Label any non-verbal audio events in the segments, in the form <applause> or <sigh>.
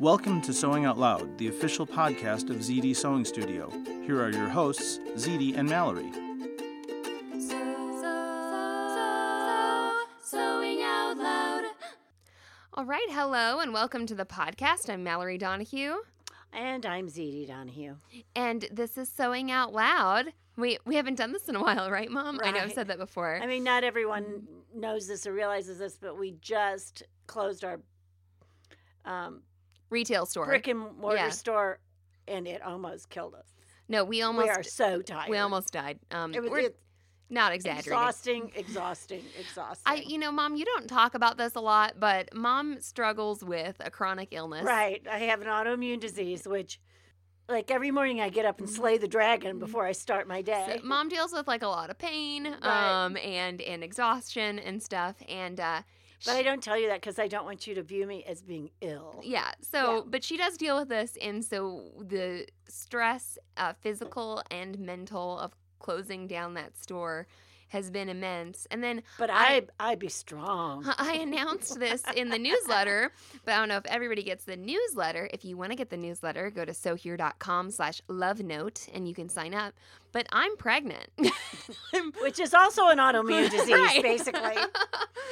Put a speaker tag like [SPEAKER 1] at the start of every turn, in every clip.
[SPEAKER 1] Welcome to Sewing Out Loud, the official podcast of ZD Sewing Studio. Here are your hosts, ZD and Mallory.
[SPEAKER 2] So, so, so, sewing out loud.
[SPEAKER 3] All right, hello and welcome to the podcast. I'm Mallory Donahue,
[SPEAKER 4] And I'm Zeddy Donahue.
[SPEAKER 3] and this is Sewing Out Loud. We we haven't done this in a while, right, Mom? I know I've
[SPEAKER 4] Right.
[SPEAKER 3] said that before.
[SPEAKER 4] I mean, not everyone knows this or realizes this, but we just closed our um,
[SPEAKER 3] Retail store.
[SPEAKER 4] brick and mortar
[SPEAKER 3] Yeah.
[SPEAKER 4] store, and it almost killed us.
[SPEAKER 3] no, we almost
[SPEAKER 4] we are so tired.
[SPEAKER 3] we almost died. Um,
[SPEAKER 4] It was
[SPEAKER 3] we're
[SPEAKER 4] it's
[SPEAKER 3] not exaggerating.
[SPEAKER 4] exhausting, exhausting, exhausting.
[SPEAKER 3] I, you know, Mom, you don't talk about this a lot, but Mom struggles with a chronic illness.
[SPEAKER 4] right. I have an autoimmune disease, which, like every morning, I get up and slay the
[SPEAKER 3] Mm-hmm.
[SPEAKER 4] dragon before I start my
[SPEAKER 3] So
[SPEAKER 4] day.
[SPEAKER 3] mom deals with like a lot of pain,
[SPEAKER 4] Right.
[SPEAKER 3] um, and and exhaustion and stuff, and uh,
[SPEAKER 4] but I don't tell you that because I don't want you to view me as being ill.
[SPEAKER 3] Yeah. So,
[SPEAKER 4] Yeah.
[SPEAKER 3] but she does deal with this, and so the stress, uh, physical and mental, of closing down that store has been immense. And then <laughs>
[SPEAKER 4] But I,
[SPEAKER 3] I-
[SPEAKER 4] I be strong. <laughs>
[SPEAKER 3] I announced this in the newsletter, but I don't know if everybody gets the newsletter. If you want to get the newsletter, go to sohere.com slash love note and you can sign up. But I'm pregnant. <laughs> I'm-
[SPEAKER 4] which is also an autoimmune disease,
[SPEAKER 3] <laughs> Right.
[SPEAKER 4] basically.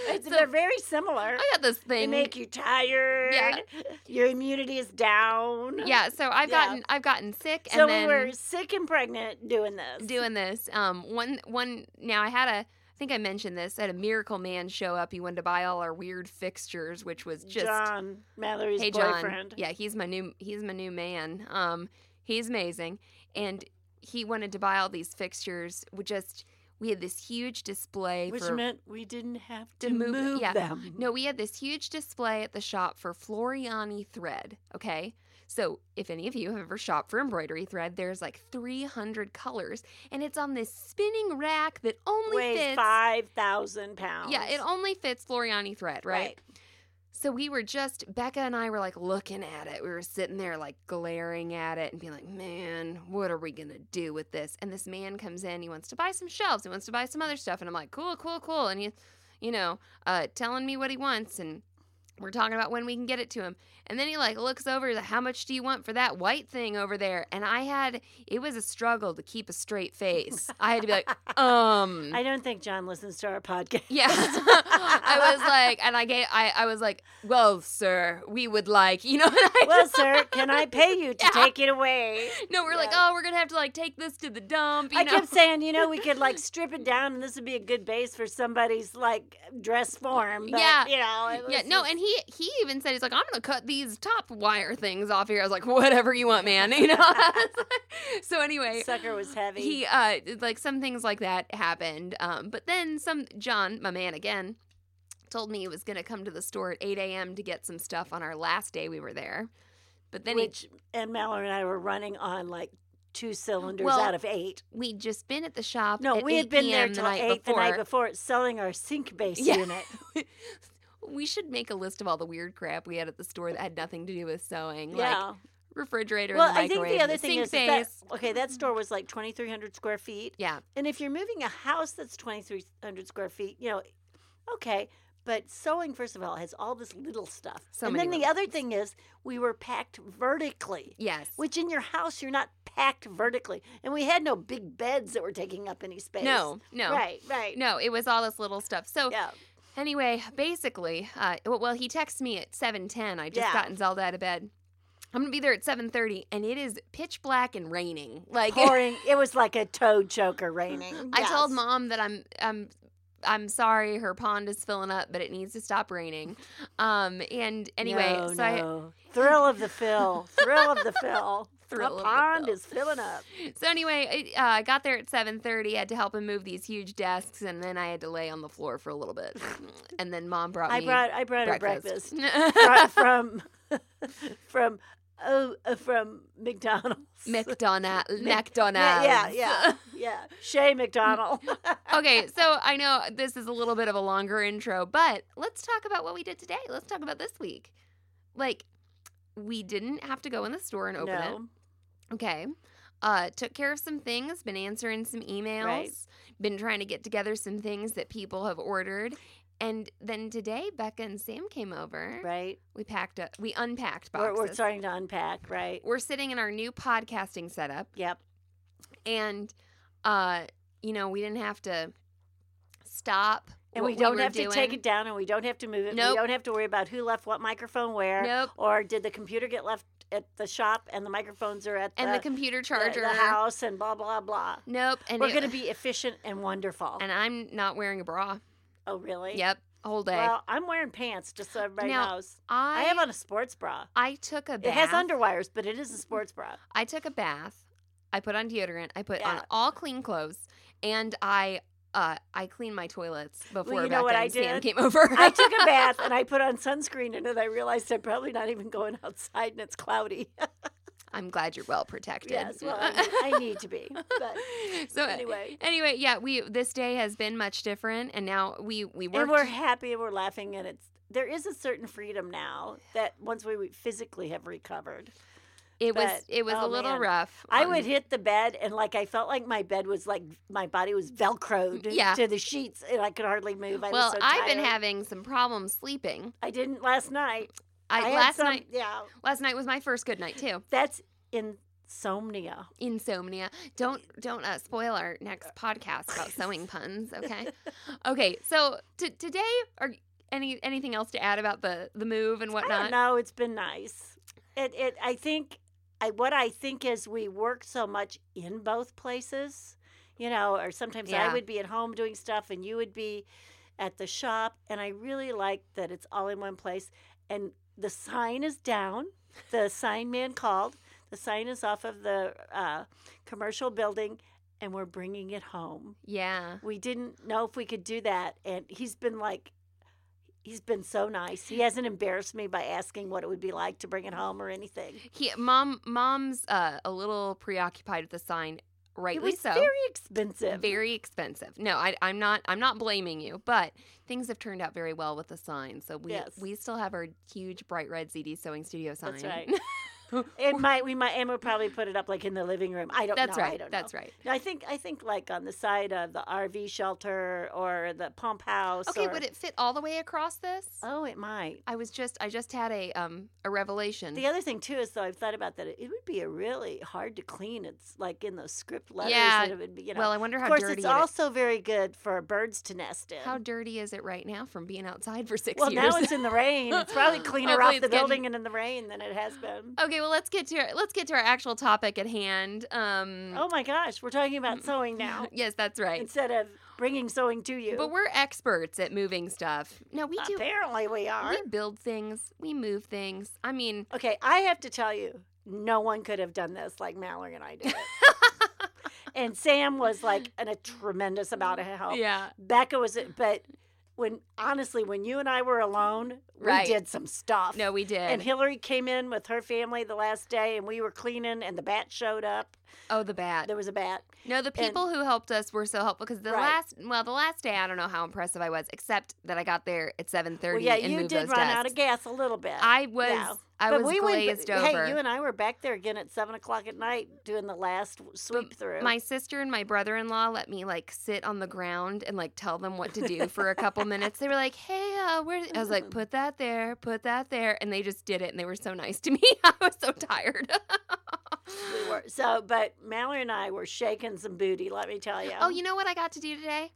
[SPEAKER 4] It's,
[SPEAKER 3] So,
[SPEAKER 4] they're very similar.
[SPEAKER 3] I got this
[SPEAKER 4] They
[SPEAKER 3] thing.
[SPEAKER 4] make you tired. Your immunity is down.
[SPEAKER 3] yeah, so I've
[SPEAKER 4] Yeah.
[SPEAKER 3] gotten I've gotten sick
[SPEAKER 4] So
[SPEAKER 3] and then
[SPEAKER 4] we were sick and pregnant doing this.
[SPEAKER 3] doing this. Um, one one now I had a I think I mentioned this. I had a miracle man show up. He wanted to buy all our weird fixtures, which was just
[SPEAKER 4] John Mallory's
[SPEAKER 3] hey John.
[SPEAKER 4] boyfriend.
[SPEAKER 3] Yeah, he's my new he's my new man. Um, he's amazing, and he wanted to buy all these fixtures. We just we had this huge display
[SPEAKER 4] Which
[SPEAKER 3] for
[SPEAKER 4] meant we didn't have
[SPEAKER 3] to
[SPEAKER 4] to,
[SPEAKER 3] move
[SPEAKER 4] move,
[SPEAKER 3] it, yeah.
[SPEAKER 4] them.
[SPEAKER 3] no, we had this huge display at the shop for Floriani thread. Okay. So, if any of you have ever shopped for embroidery thread, there's like 300 colors, and it's on this spinning rack that only
[SPEAKER 4] weighs
[SPEAKER 3] fits.
[SPEAKER 4] five thousand pounds.
[SPEAKER 3] Yeah, it only fits Floriani thread, right? So we were just Becca and I were like looking at it. We were sitting there like glaring at it and being like, "Man, what are we gonna do with this?" And this man comes in. He wants to buy some shelves. He wants to buy some other stuff. And I'm like, "Cool, cool, cool." And he, you know, uh, telling me what he wants and. We're talking about when we can get it to him. And then he like looks over, he's like, how much do you want for that white thing over there? And I had it was a struggle to keep a straight face. I had to be like, um
[SPEAKER 4] I don't think John listens to our podcast.
[SPEAKER 3] yeah. <laughs> I was like, and I gave, I, I was like, well, sir, we would like, <laughs> you know, and I
[SPEAKER 4] <laughs> Well,
[SPEAKER 3] just-
[SPEAKER 4] sir, can I pay
[SPEAKER 3] <laughs>
[SPEAKER 4] you to
[SPEAKER 3] Yeah.
[SPEAKER 4] take it away?
[SPEAKER 3] no, we're like,
[SPEAKER 4] yeah.
[SPEAKER 3] oh, we're going to have to like take this to the dump, you
[SPEAKER 4] I
[SPEAKER 3] know?
[SPEAKER 4] kept saying, you know, we could like strip it down, and this would be a good base for somebody's like dress form. But,
[SPEAKER 3] Yeah.
[SPEAKER 4] you know, it
[SPEAKER 3] <laughs> yeah,
[SPEAKER 4] was
[SPEAKER 3] no,
[SPEAKER 4] just-
[SPEAKER 3] and he he even said he's like, I'm gonna cut these top wire things off here. I was like, whatever you want, man. <laughs> You know. so anyway,
[SPEAKER 4] sucker was heavy.
[SPEAKER 3] he uh like some things like that happened um but then some john my man again told me he was gonna come to the store at 8 a.m to get some stuff on our last day we were there but then he,
[SPEAKER 4] which and Mallory and I were running on like two cylinders
[SPEAKER 3] Well,
[SPEAKER 4] out of eight.
[SPEAKER 3] we'd just been at the shop
[SPEAKER 4] No,
[SPEAKER 3] at
[SPEAKER 4] we
[SPEAKER 3] 8
[SPEAKER 4] had been there
[SPEAKER 3] p.m.
[SPEAKER 4] till
[SPEAKER 3] the night
[SPEAKER 4] eight
[SPEAKER 3] before
[SPEAKER 4] the night before selling
[SPEAKER 3] <laughs>
[SPEAKER 4] our sink base
[SPEAKER 3] Yeah.
[SPEAKER 4] unit.
[SPEAKER 3] we should make a list of all the weird crap we had at the store that had nothing to do with sewing like
[SPEAKER 4] yeah.
[SPEAKER 3] refrigerator
[SPEAKER 4] well,
[SPEAKER 3] and the
[SPEAKER 4] I think
[SPEAKER 3] microwave
[SPEAKER 4] the
[SPEAKER 3] and
[SPEAKER 4] other thing
[SPEAKER 3] sink
[SPEAKER 4] is, is that,
[SPEAKER 3] base. Mm-hmm.
[SPEAKER 4] okay, that store was like twenty three hundred square feet,
[SPEAKER 3] yeah
[SPEAKER 4] and if you're moving a house that's twenty three hundred square feet, you know, okay. But sewing, first of all, has all this little stuff.
[SPEAKER 3] So
[SPEAKER 4] and
[SPEAKER 3] many
[SPEAKER 4] then the
[SPEAKER 3] little
[SPEAKER 4] other thing is, we were packed vertically.
[SPEAKER 3] yes
[SPEAKER 4] which in your house you're not packed vertically. And we had no big beds that were taking up any space.
[SPEAKER 3] no no
[SPEAKER 4] Right, right.
[SPEAKER 3] no it was all this little stuff so
[SPEAKER 4] Yeah.
[SPEAKER 3] Anyway, basically, uh, well, well, he texts me at 7:10. I just
[SPEAKER 4] Yeah.
[SPEAKER 3] gotten Zelda out of bed. I'm gonna be there at 7:30, and it is pitch black and raining. Like <laughs> Mm-hmm.
[SPEAKER 4] Pouring. it was like a toad choker raining.
[SPEAKER 3] I told
[SPEAKER 4] Yes.
[SPEAKER 3] mom that I'm I'm I'm sorry, her pond is filling up, but it needs to stop raining. Um, and anyway, so <laughs>
[SPEAKER 4] No, no. thrill of the fill, thrill of the fill.
[SPEAKER 3] Thrill of
[SPEAKER 4] the
[SPEAKER 3] the
[SPEAKER 4] pond
[SPEAKER 3] fill.
[SPEAKER 4] is filling up.
[SPEAKER 3] I so anyway, I uh, I got there at seven thirty. Had to help him move these huge desks, and then I had to lay on the floor for a little
[SPEAKER 4] <laughs>
[SPEAKER 3] bit. And then mom brought
[SPEAKER 4] I
[SPEAKER 3] me
[SPEAKER 4] brought I brought
[SPEAKER 3] breakfast. <laughs>
[SPEAKER 4] her breakfast <laughs> from from from, oh, uh, from
[SPEAKER 3] <laughs>
[SPEAKER 4] McDonald's.
[SPEAKER 3] McDonald,
[SPEAKER 4] Yeah,
[SPEAKER 3] McDonald's.
[SPEAKER 4] yeah, yeah, yeah. Shay McDonald.
[SPEAKER 3] <laughs> okay, so I know this is a little bit of a longer intro, but let's talk about what we did today. Let's talk about this week. Like, we didn't have to go in the store and <laughs> open
[SPEAKER 4] no.
[SPEAKER 3] it. Okay. Uh, took care of some things, been answering some emails,
[SPEAKER 4] Right.
[SPEAKER 3] been trying to get together some things that people have ordered. And then today, Becca and Sam came over.
[SPEAKER 4] Right.
[SPEAKER 3] We packed up, we unpacked
[SPEAKER 4] We're,
[SPEAKER 3] boxes.
[SPEAKER 4] we're starting to unpack. Right.
[SPEAKER 3] We're sitting in our new podcasting setup.
[SPEAKER 4] Yep.
[SPEAKER 3] and uh you know we didn't have to stop
[SPEAKER 4] And
[SPEAKER 3] what
[SPEAKER 4] we don't
[SPEAKER 3] were
[SPEAKER 4] have to take
[SPEAKER 3] doing.
[SPEAKER 4] it down, and we don't have to move it.
[SPEAKER 3] Nope.
[SPEAKER 4] We don't have to worry about who left what microphone where,
[SPEAKER 3] nope
[SPEAKER 4] or did the computer get left at the shop, and the microphones are at
[SPEAKER 3] and the,
[SPEAKER 4] the,
[SPEAKER 3] computer
[SPEAKER 4] the-
[SPEAKER 3] charger
[SPEAKER 4] the house, and blah blah blah.
[SPEAKER 3] nope and
[SPEAKER 4] We're
[SPEAKER 3] it-
[SPEAKER 4] going to be efficient and wonderful.
[SPEAKER 3] and i'm not wearing a bra
[SPEAKER 4] oh, really?
[SPEAKER 3] yep whole day
[SPEAKER 4] Well, I'm wearing pants just so everybody
[SPEAKER 3] Now,
[SPEAKER 4] knows.
[SPEAKER 3] i
[SPEAKER 4] I have on a sports bra.
[SPEAKER 3] i took a bath
[SPEAKER 4] It has underwires, but it is a
[SPEAKER 3] <laughs>
[SPEAKER 4] sports bra.
[SPEAKER 3] i took a bath i put on deodorant i put on
[SPEAKER 4] Yeah.
[SPEAKER 3] all clean clothes and i uh i cleaned my toilets before
[SPEAKER 4] you know what
[SPEAKER 3] Becca
[SPEAKER 4] I
[SPEAKER 3] and Sam
[SPEAKER 4] did?
[SPEAKER 3] came over
[SPEAKER 4] I took a bath and I put on sunscreen in it. I realized I'm probably not even going outside and it's cloudy.
[SPEAKER 3] <laughs>
[SPEAKER 4] <laughs>
[SPEAKER 3] i'm glad you're well protected
[SPEAKER 4] yes, well, I need, I need to be. But
[SPEAKER 3] <laughs> so anyway,
[SPEAKER 4] anyway.
[SPEAKER 3] anyway, yeah, we this day has been much different, and now we we worked.
[SPEAKER 4] and we're happy and we're laughing and it's there is a certain freedom now that once we physically have recovered.
[SPEAKER 3] it was
[SPEAKER 4] but-
[SPEAKER 3] it was
[SPEAKER 4] oh,
[SPEAKER 3] a little
[SPEAKER 4] man.
[SPEAKER 3] rough.
[SPEAKER 4] I
[SPEAKER 3] on-
[SPEAKER 4] would hit the bed and like I felt like my bed was like my body was velcroed
[SPEAKER 3] Yeah.
[SPEAKER 4] to the sheets and I could hardly move. I
[SPEAKER 3] Well,
[SPEAKER 4] was so
[SPEAKER 3] I've been
[SPEAKER 4] tired.
[SPEAKER 3] having some problems sleeping.
[SPEAKER 4] I didn't last night.
[SPEAKER 3] I,
[SPEAKER 4] had
[SPEAKER 3] last
[SPEAKER 4] some-
[SPEAKER 3] night
[SPEAKER 4] Yeah,
[SPEAKER 3] last night was my first good night too.
[SPEAKER 4] that's insomnia.
[SPEAKER 3] Insomnia. Don't don't uh, spoil our next podcast
[SPEAKER 4] <laughs>
[SPEAKER 3] about sewing puns. Okay, okay. So t- today, are any anything else to add about the the move and
[SPEAKER 4] I
[SPEAKER 3] whatnot?
[SPEAKER 4] don't know. It's been nice. It, it. I think. I what I think is we worked so much in both places, you know. Or sometimes I
[SPEAKER 3] Yeah.
[SPEAKER 4] would be at home doing stuff, and you would be at the shop. And I really like that it's all in one place. And the sign is down. The sign man called. The sign is off of the uh, commercial building, and we're bringing it home.
[SPEAKER 3] Yeah.
[SPEAKER 4] we didn't know if we could do that and he's been like he's been so nice he hasn't embarrassed me by asking what it would be like to bring it home or anything
[SPEAKER 3] He mom mom's uh, a little preoccupied with the sign. Rightly
[SPEAKER 4] it was
[SPEAKER 3] so.
[SPEAKER 4] very expensive
[SPEAKER 3] Very expensive. No, I, I'm not. I'm not blaming you, but things have turned out very well with the sign. So we
[SPEAKER 4] Yes.
[SPEAKER 3] we still have our huge bright red ZD sewing studio sign. <laughs>
[SPEAKER 4] that's right it might we might and we'll probably put it up like in the living room i don't
[SPEAKER 3] That's
[SPEAKER 4] know
[SPEAKER 3] right.
[SPEAKER 4] i don't
[SPEAKER 3] That's
[SPEAKER 4] know
[SPEAKER 3] right.
[SPEAKER 4] No, i think i think like on the side of the rv shelter or the pump house
[SPEAKER 3] Okay,
[SPEAKER 4] or-
[SPEAKER 3] would it fit all the way across this?
[SPEAKER 4] oh it might
[SPEAKER 3] I was just. I just had a um a revelation.
[SPEAKER 4] the other thing too is though I've thought about that it it would be a really hard to clean. It's like in those script letters
[SPEAKER 3] Yeah.
[SPEAKER 4] that it would be. You know,
[SPEAKER 3] well, I wonder
[SPEAKER 4] of
[SPEAKER 3] how
[SPEAKER 4] course,
[SPEAKER 3] dirty.
[SPEAKER 4] it's
[SPEAKER 3] it-
[SPEAKER 4] also very good for birds to nest in.
[SPEAKER 3] how dirty is it right now from being outside for six
[SPEAKER 4] well,
[SPEAKER 3] years?
[SPEAKER 4] now it's in the rain.
[SPEAKER 3] <laughs>
[SPEAKER 4] It's probably cleaner off
[SPEAKER 3] Hopefully
[SPEAKER 4] the
[SPEAKER 3] it's getting- Um,
[SPEAKER 4] building and in the rain than it has been.
[SPEAKER 3] <laughs> okay, well let's get to our, let's get to our actual topic at hand. Um,
[SPEAKER 4] Oh my gosh, we're talking
[SPEAKER 3] <laughs>
[SPEAKER 4] about sewing now
[SPEAKER 3] yes, that's mm, right.
[SPEAKER 4] instead of bringing sewing to you.
[SPEAKER 3] But we're experts at moving stuff. No, we do
[SPEAKER 4] Apparently, we are.
[SPEAKER 3] We build things, we move things. I mean,
[SPEAKER 4] Okay, I have to tell you, no one could have done this like Mallory and I
[SPEAKER 3] <laughs>
[SPEAKER 4] did. and Sam was like an, a tremendous
[SPEAKER 3] <laughs>
[SPEAKER 4] amount of help.
[SPEAKER 3] yeah.
[SPEAKER 4] Becca was it, but when honestly, when you and I were alone, we
[SPEAKER 3] Right.
[SPEAKER 4] did some stuff.
[SPEAKER 3] No, we did.
[SPEAKER 4] And Hillary came in with her family the last day, and we were cleaning, and the bat showed up.
[SPEAKER 3] oh, the bat.
[SPEAKER 4] There was a bat.
[SPEAKER 3] No, the
[SPEAKER 4] and-
[SPEAKER 3] people who helped us were so helpful because the
[SPEAKER 4] Right.
[SPEAKER 3] last, well, the last day, I don't know how impressive I was, except that I got there at seven
[SPEAKER 4] Well,
[SPEAKER 3] thirty
[SPEAKER 4] yeah,
[SPEAKER 3] and
[SPEAKER 4] you
[SPEAKER 3] moved
[SPEAKER 4] did
[SPEAKER 3] those
[SPEAKER 4] run
[SPEAKER 3] desks.
[SPEAKER 4] out of gas a little bit.
[SPEAKER 3] I was, I
[SPEAKER 4] but
[SPEAKER 3] was
[SPEAKER 4] we
[SPEAKER 3] glazed
[SPEAKER 4] went,
[SPEAKER 3] over.
[SPEAKER 4] Hey, you and I were back there again at seven o'clock at night doing the last w- sweep through.
[SPEAKER 3] my sister and my brother-in-law let me like sit on the ground and like tell them what to do for a couple minutes. They were like, "Hey, uh, where?" I was
[SPEAKER 4] <laughs>
[SPEAKER 3] like, "Put that there, put that there," and they just did it, and they were so nice to me. <laughs> I was so tired.
[SPEAKER 4] We were- so, but Mallory and I were shaking some booty. Let me tell you.
[SPEAKER 3] Oh, you know what I got to do today?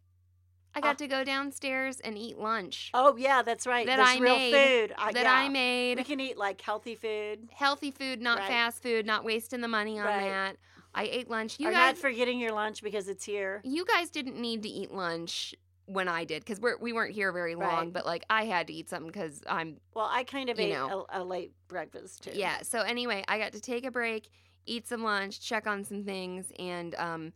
[SPEAKER 3] I got to go downstairs and eat lunch
[SPEAKER 4] Oh yeah, that's right.
[SPEAKER 3] That
[SPEAKER 4] There's
[SPEAKER 3] I
[SPEAKER 4] real
[SPEAKER 3] made-
[SPEAKER 4] food. Uh,
[SPEAKER 3] that
[SPEAKER 4] yeah.
[SPEAKER 3] I
[SPEAKER 4] We
[SPEAKER 3] made.
[SPEAKER 4] can eat like healthy food.
[SPEAKER 3] Healthy food, not
[SPEAKER 4] Right.
[SPEAKER 3] fast food, not wasting the money on
[SPEAKER 4] Right.
[SPEAKER 3] that. I ate lunch. You
[SPEAKER 4] Are
[SPEAKER 3] guys
[SPEAKER 4] not forgetting your lunch because it's here.
[SPEAKER 3] you guys didn't need to eat lunch when I did because we weren't here very long,
[SPEAKER 4] Right.
[SPEAKER 3] but like I had to eat something because I'm
[SPEAKER 4] Well, I kind of
[SPEAKER 3] You
[SPEAKER 4] ate
[SPEAKER 3] know.
[SPEAKER 4] a, a late breakfast too.
[SPEAKER 3] yeah. So anyway, I got to take a break, eat some lunch, check on some things, and um,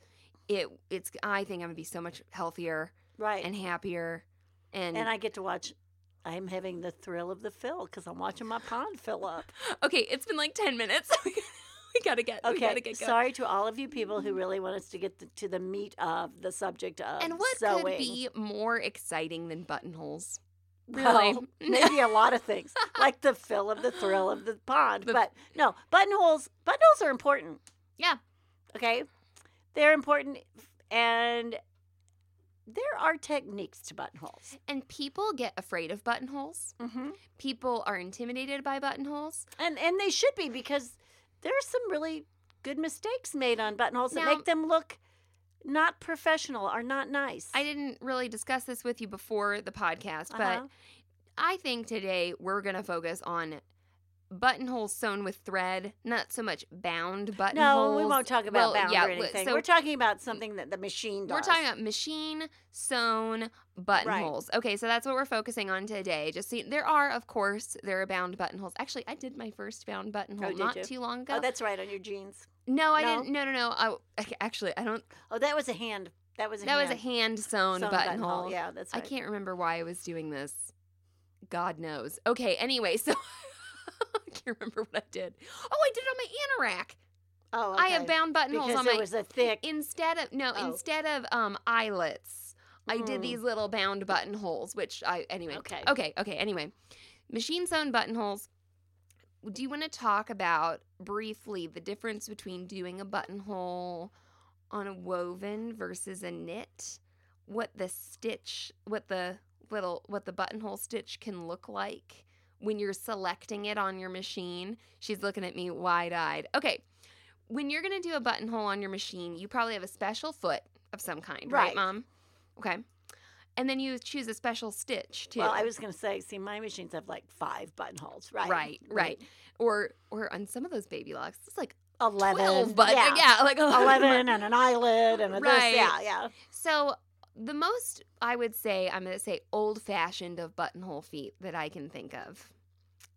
[SPEAKER 3] it it's I think I'm gonna be so much healthier
[SPEAKER 4] Right.
[SPEAKER 3] and happier, and,
[SPEAKER 4] and I get to watch. I'm having the thrill of the fill because I'm watching my pond
[SPEAKER 3] <laughs>
[SPEAKER 4] fill up.
[SPEAKER 3] <laughs> okay, it's been like ten minutes. <laughs> we gotta get we gotta
[SPEAKER 4] Okay,
[SPEAKER 3] get going. Mm-hmm.
[SPEAKER 4] sorry to all of you people who really want us to get to the meat of the subject of
[SPEAKER 3] And what
[SPEAKER 4] sewing.
[SPEAKER 3] could be more exciting than buttonholes?
[SPEAKER 4] Well,
[SPEAKER 3] <laughs> Really?
[SPEAKER 4] maybe a lot of things, like the fill of the thrill of the pond.
[SPEAKER 3] The-
[SPEAKER 4] but no, buttonholes. Buttonholes are important.
[SPEAKER 3] Yeah.
[SPEAKER 4] Okay, they're important, and there are techniques to buttonholes.
[SPEAKER 3] And people get afraid of buttonholes.
[SPEAKER 4] Mm-hmm.
[SPEAKER 3] People are intimidated by buttonholes.
[SPEAKER 4] And and they should be because there are some really good mistakes made on buttonholes
[SPEAKER 3] Now-
[SPEAKER 4] that make them look not professional or not nice.
[SPEAKER 3] I didn't really discuss this with you before the podcast,
[SPEAKER 4] Uh-huh.
[SPEAKER 3] but I think today we're going to focus on buttonholes sewn with thread, not so much bound buttonholes.
[SPEAKER 4] no, we won't talk about
[SPEAKER 3] Well,
[SPEAKER 4] bound
[SPEAKER 3] yeah,
[SPEAKER 4] or
[SPEAKER 3] w-
[SPEAKER 4] anything.
[SPEAKER 3] so
[SPEAKER 4] We're talking about something that the machine does.
[SPEAKER 3] we're talking about machine sewn buttonholes. Okay, so that's what we're focusing on today. Just see, there are, of course, there are bound buttonholes. Actually, I did my first bound buttonhole
[SPEAKER 4] did
[SPEAKER 3] not
[SPEAKER 4] you?
[SPEAKER 3] too long ago.
[SPEAKER 4] Oh, that's right on your jeans.
[SPEAKER 3] no, I
[SPEAKER 4] no?
[SPEAKER 3] didn't. No, no, no. I, <laughs> okay, actually, I don't.
[SPEAKER 4] Oh, that was a hand. That was a
[SPEAKER 3] that
[SPEAKER 4] hand.
[SPEAKER 3] was a hand sewn
[SPEAKER 4] Sewn
[SPEAKER 3] buttonhole.
[SPEAKER 4] Yeah, that's
[SPEAKER 3] I
[SPEAKER 4] right.
[SPEAKER 3] can't remember why I was doing this. God knows. Okay, anyway, <laughs> so I can't remember what I did. Oh, I did it on my anorak.
[SPEAKER 4] Oh,
[SPEAKER 3] I have
[SPEAKER 4] okay.
[SPEAKER 3] bound buttonholes
[SPEAKER 4] because
[SPEAKER 3] on my
[SPEAKER 4] it was a thick.
[SPEAKER 3] instead of no,
[SPEAKER 4] Oh.
[SPEAKER 3] instead of um eyelets. I did
[SPEAKER 4] Hmm.
[SPEAKER 3] these little bound buttonholes, which I anyway.
[SPEAKER 4] Okay.
[SPEAKER 3] Okay, okay, anyway. Machine sewn buttonholes. Do you want to talk about briefly the difference between doing a buttonhole on a woven versus a knit? What the stitch, what the little what the buttonhole stitch can look like when you're selecting it on your machine. She's looking at me wide-eyed. Okay. When you're going to do a buttonhole on your machine, you probably have a special foot of some kind, right,
[SPEAKER 4] Right.
[SPEAKER 3] mom? Okay. And then you choose a special stitch too.
[SPEAKER 4] Well, I was going to say, see, my machines have like five buttonholes, right?
[SPEAKER 3] Right, right. Or or on some of those baby locks, it's like
[SPEAKER 4] 11.
[SPEAKER 3] twelve, but yeah, like <laughs> 11.
[SPEAKER 4] 11 and an eyelid and a
[SPEAKER 3] Right.
[SPEAKER 4] this. Yeah, yeah.
[SPEAKER 3] So the most I would say I'm going to say old fashioned of buttonhole feet that I can think of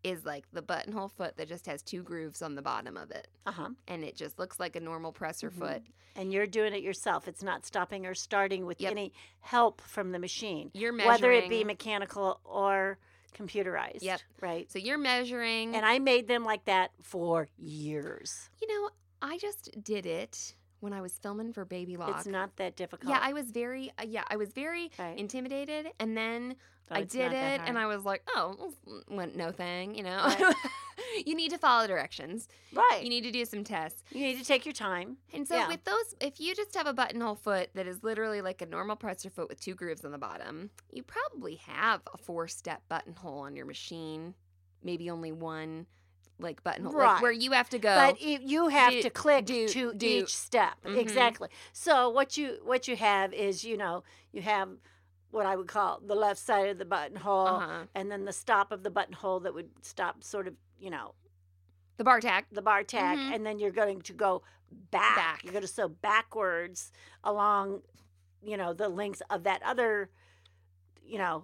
[SPEAKER 3] is like the buttonhole foot that just has two grooves on the bottom of it,
[SPEAKER 4] Uh huh.
[SPEAKER 3] and it just looks like a normal presser
[SPEAKER 4] Mhm.
[SPEAKER 3] foot.
[SPEAKER 4] And you're doing it yourself. It's not stopping or starting with
[SPEAKER 3] Yep.
[SPEAKER 4] any help from the machine,
[SPEAKER 3] You're measuring,
[SPEAKER 4] whether it be mechanical or computerized.
[SPEAKER 3] Yep. Mm-hmm.
[SPEAKER 4] Right.
[SPEAKER 3] so you're measuring,
[SPEAKER 4] And I made them like that for years.
[SPEAKER 3] you know, I just did it when I was filming for Baby Lock.
[SPEAKER 4] It's not that difficult.
[SPEAKER 3] yeah, I was very, uh, yeah, I was very
[SPEAKER 4] Right.
[SPEAKER 3] intimidated, and then
[SPEAKER 4] So
[SPEAKER 3] I
[SPEAKER 4] it's
[SPEAKER 3] did
[SPEAKER 4] not
[SPEAKER 3] it,
[SPEAKER 4] that
[SPEAKER 3] and I
[SPEAKER 4] hard.
[SPEAKER 3] was like, oh, well, s- went no thing, you know.
[SPEAKER 4] Right.
[SPEAKER 3] <laughs> you need to follow directions.
[SPEAKER 4] right.
[SPEAKER 3] You need to do some tests.
[SPEAKER 4] You need to take your time.
[SPEAKER 3] And so
[SPEAKER 4] Yeah.
[SPEAKER 3] with those, if you just have a buttonhole foot that is literally like a normal presser foot with two grooves on the bottom, you probably have a four-step buttonhole on your machine, maybe only one, like buttonhole, like, where
[SPEAKER 4] Right.
[SPEAKER 3] you have to go.
[SPEAKER 4] but it, you have
[SPEAKER 3] do-
[SPEAKER 4] to click
[SPEAKER 3] do-
[SPEAKER 4] to
[SPEAKER 3] do.
[SPEAKER 4] each step
[SPEAKER 3] Mhm.
[SPEAKER 4] exactly so what you what you have is you know you have what i would call the left side of the buttonhole
[SPEAKER 3] <laughs> uh-huh.
[SPEAKER 4] and then the stop of the buttonhole that would stop sort of you know
[SPEAKER 3] The bar tack.
[SPEAKER 4] the bar tack
[SPEAKER 3] Mhm.
[SPEAKER 4] and then you're going to go back.
[SPEAKER 3] Back.
[SPEAKER 4] you're going to sew backwards along you know the links of that other you know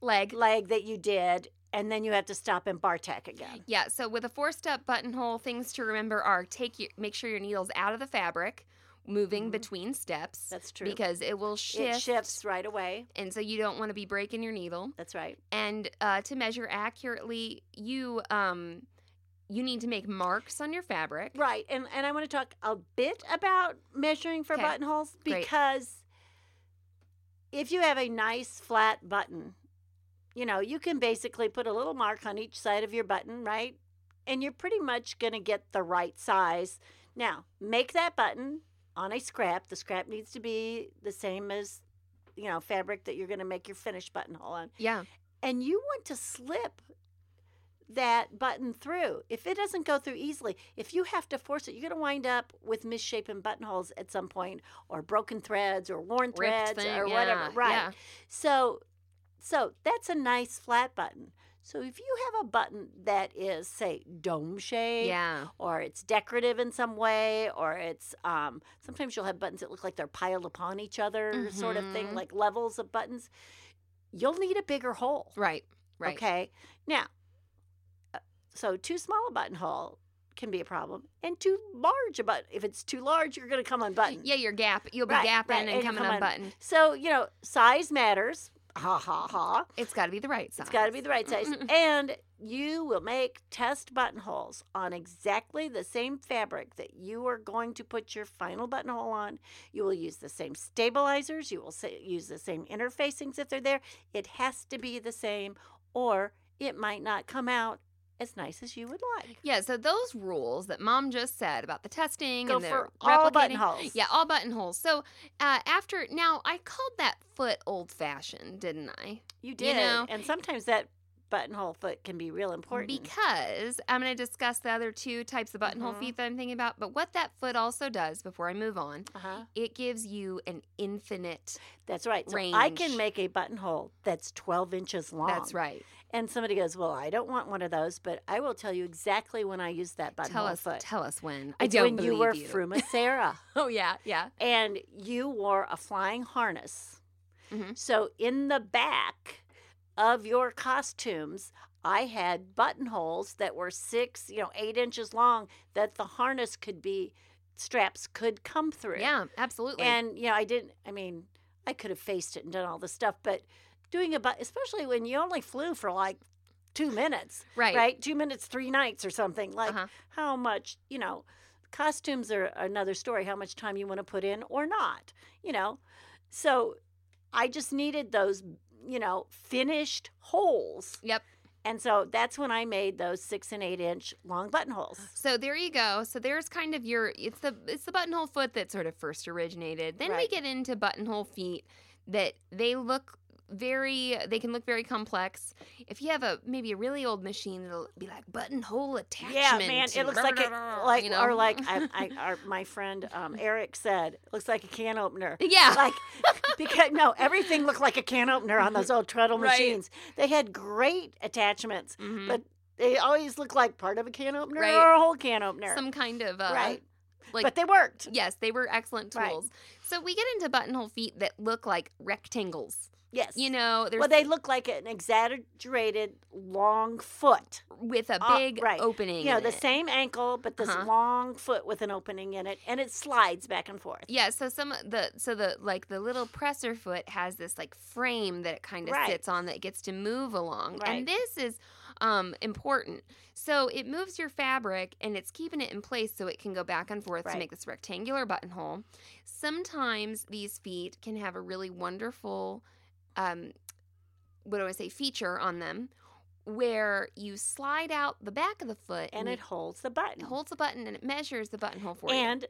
[SPEAKER 3] Leg.
[SPEAKER 4] leg that you did and then you have to stop and bar tack again
[SPEAKER 3] Yeah, so with a four-step buttonhole, things to remember are take your, make sure your needle's out of the fabric, moving
[SPEAKER 4] Mhm.
[SPEAKER 3] between steps
[SPEAKER 4] that's true
[SPEAKER 3] because it will shift.
[SPEAKER 4] it shifts right away
[SPEAKER 3] and so you don't want to be breaking your needle.
[SPEAKER 4] that's right
[SPEAKER 3] and uh, to measure accurately you um you need to make marks on your fabric
[SPEAKER 4] Right. And and I want to talk a bit about measuring for
[SPEAKER 3] 'Kay.
[SPEAKER 4] buttonholes
[SPEAKER 3] Great.
[SPEAKER 4] because if you have a nice flat button, you know, you can basically put a little mark on each side of your button, right? And you're pretty much going to get the right size. Now, make that button on a scrap. The scrap needs to be the same as you know, fabric that you're going to make your finished buttonhole on.
[SPEAKER 3] yeah
[SPEAKER 4] And you want to slip that button through. If it doesn't go through easily, if you have to force it, you're going to wind up with misshapen buttonholes at some point, or broken threads, or worn threads,
[SPEAKER 3] thing,
[SPEAKER 4] or whatever.
[SPEAKER 3] yeah,
[SPEAKER 4] Right.
[SPEAKER 3] yeah.
[SPEAKER 4] So, so that's a nice flat button. So if you have a button that is, say, dome shape,
[SPEAKER 3] Yeah.
[SPEAKER 4] or it's decorative in some way, or it's um, sometimes you'll have buttons that look like they're piled upon each other, sort of thing,
[SPEAKER 3] Mhm.
[SPEAKER 4] like levels of buttons. You'll need a bigger hole.
[SPEAKER 3] Right. Right.
[SPEAKER 4] Okay. Now, uh, so too small a buttonhole can be a problem, and too large a button. If it's too large, you're going to come unbutton.
[SPEAKER 3] Uh, Yeah, your gap. You'll be
[SPEAKER 4] Right,
[SPEAKER 3] gapping
[SPEAKER 4] right,
[SPEAKER 3] and,
[SPEAKER 4] and
[SPEAKER 3] coming
[SPEAKER 4] come
[SPEAKER 3] on
[SPEAKER 4] on.
[SPEAKER 3] button.
[SPEAKER 4] So you know, size matters. Ha ha ha.
[SPEAKER 3] It's got to be the right size.
[SPEAKER 4] It's got to be the right size. and you will make test buttonholes on exactly the same fabric that you are going to put your final buttonhole on. You will use the same stabilizers. You will sa- use the same interfacings if they're there. It has to be the same, or it might not come out as nice as you would like.
[SPEAKER 3] Yeah, so those rules that mom just said about the testing
[SPEAKER 4] Go
[SPEAKER 3] and the
[SPEAKER 4] for all
[SPEAKER 3] replicating-
[SPEAKER 4] buttonholes.
[SPEAKER 3] Yeah, all buttonholes. So uh, after now, I called that foot old fashioned, didn't I?
[SPEAKER 4] You did.
[SPEAKER 3] know-
[SPEAKER 4] and sometimes that buttonhole foot can be real important.
[SPEAKER 3] Because I'm going to discuss the other two types of buttonhole
[SPEAKER 4] Mhm.
[SPEAKER 3] feet that I'm thinking about. But what that foot also does before I move on,
[SPEAKER 4] uh-huh.
[SPEAKER 3] it gives you an infinite.
[SPEAKER 4] That's right. So I
[SPEAKER 3] Range.
[SPEAKER 4] can make a buttonhole that's 12 inches long.
[SPEAKER 3] That's right.
[SPEAKER 4] And somebody goes, Well, I don't want one of those, but I will tell you exactly when I use that buttonhole
[SPEAKER 3] Tell us,
[SPEAKER 4] foot.
[SPEAKER 3] tell us when. I
[SPEAKER 4] It's
[SPEAKER 3] don't
[SPEAKER 4] when
[SPEAKER 3] believe
[SPEAKER 4] you were
[SPEAKER 3] you.
[SPEAKER 4] Fruma Sarah
[SPEAKER 3] <laughs> oh yeah, yeah.
[SPEAKER 4] and you wore a flying harness.
[SPEAKER 3] Mhm.
[SPEAKER 4] So in the back of your costumes, I had buttonholes that were six, you know, eight inches long that the harness could be straps could come through.
[SPEAKER 3] Yeah, absolutely.
[SPEAKER 4] And you know, I didn't. I mean, I could have faced it and done all this stuff, but doing a bu- especially when you only flew for like two minutes,
[SPEAKER 3] right.
[SPEAKER 4] right? Two minutes, three nights, or something. Like
[SPEAKER 3] Uh-huh.
[SPEAKER 4] how much you know? Costumes are another story. How much time you want to put in or not? You know, so I just needed those, you know, finished holes,
[SPEAKER 3] Yep.
[SPEAKER 4] and so that's when I made those six and eight inch long buttonholes.
[SPEAKER 3] So there you go. So there's kind of your it's the it's the buttonhole foot that sort of first originated. Then we
[SPEAKER 4] Right.
[SPEAKER 3] get into buttonhole feet that they look very they can look very complex. If you have a maybe a really old machine, it'll be like buttonhole attachment.
[SPEAKER 4] Yeah, man, it
[SPEAKER 3] and
[SPEAKER 4] looks
[SPEAKER 3] <laughs>
[SPEAKER 4] like it, like
[SPEAKER 3] you know?
[SPEAKER 4] or like
[SPEAKER 3] <laughs>
[SPEAKER 4] I, I, our, my friend um, Eric said, looks like a can
[SPEAKER 3] <laughs>
[SPEAKER 4] opener.
[SPEAKER 3] yeah,
[SPEAKER 4] Like because no, everything looked like a can opener on those old
[SPEAKER 3] <laughs>
[SPEAKER 4] treadle
[SPEAKER 3] Right.
[SPEAKER 4] machines. They had great attachments,
[SPEAKER 3] Mhm.
[SPEAKER 4] but they always looked like part of a can opener
[SPEAKER 3] Right.
[SPEAKER 4] or a whole can opener.
[SPEAKER 3] some kind of uh,
[SPEAKER 4] right,
[SPEAKER 3] like-
[SPEAKER 4] but they worked.
[SPEAKER 3] Yes, they were excellent
[SPEAKER 4] Right.
[SPEAKER 3] tools. So we get into buttonhole feet that look like rectangles.
[SPEAKER 4] Yes,
[SPEAKER 3] You know, there's
[SPEAKER 4] Well, they look like an exaggerated long foot.
[SPEAKER 3] with a
[SPEAKER 4] uh,
[SPEAKER 3] big
[SPEAKER 4] right.
[SPEAKER 3] opening.
[SPEAKER 4] You know,
[SPEAKER 3] in
[SPEAKER 4] the
[SPEAKER 3] it.
[SPEAKER 4] same ankle, but this
[SPEAKER 3] Uh-huh.
[SPEAKER 4] long foot with an opening in it, and it slides back and forth.
[SPEAKER 3] Yeah, so some the so the like the little presser foot has this like frame that it kind of
[SPEAKER 4] Right.
[SPEAKER 3] sits on that gets to move along.
[SPEAKER 4] Right.
[SPEAKER 3] And this is um important. So it moves your fabric and it's keeping it in place so it can go back and forth to
[SPEAKER 4] Right.
[SPEAKER 3] make this rectangular buttonhole. Sometimes these feet can have a really wonderful um what do I say feature on them where you slide out the back of the foot
[SPEAKER 4] And it holds the
[SPEAKER 3] it
[SPEAKER 4] button.
[SPEAKER 3] holds the button and it measures the buttonhole for you.
[SPEAKER 4] And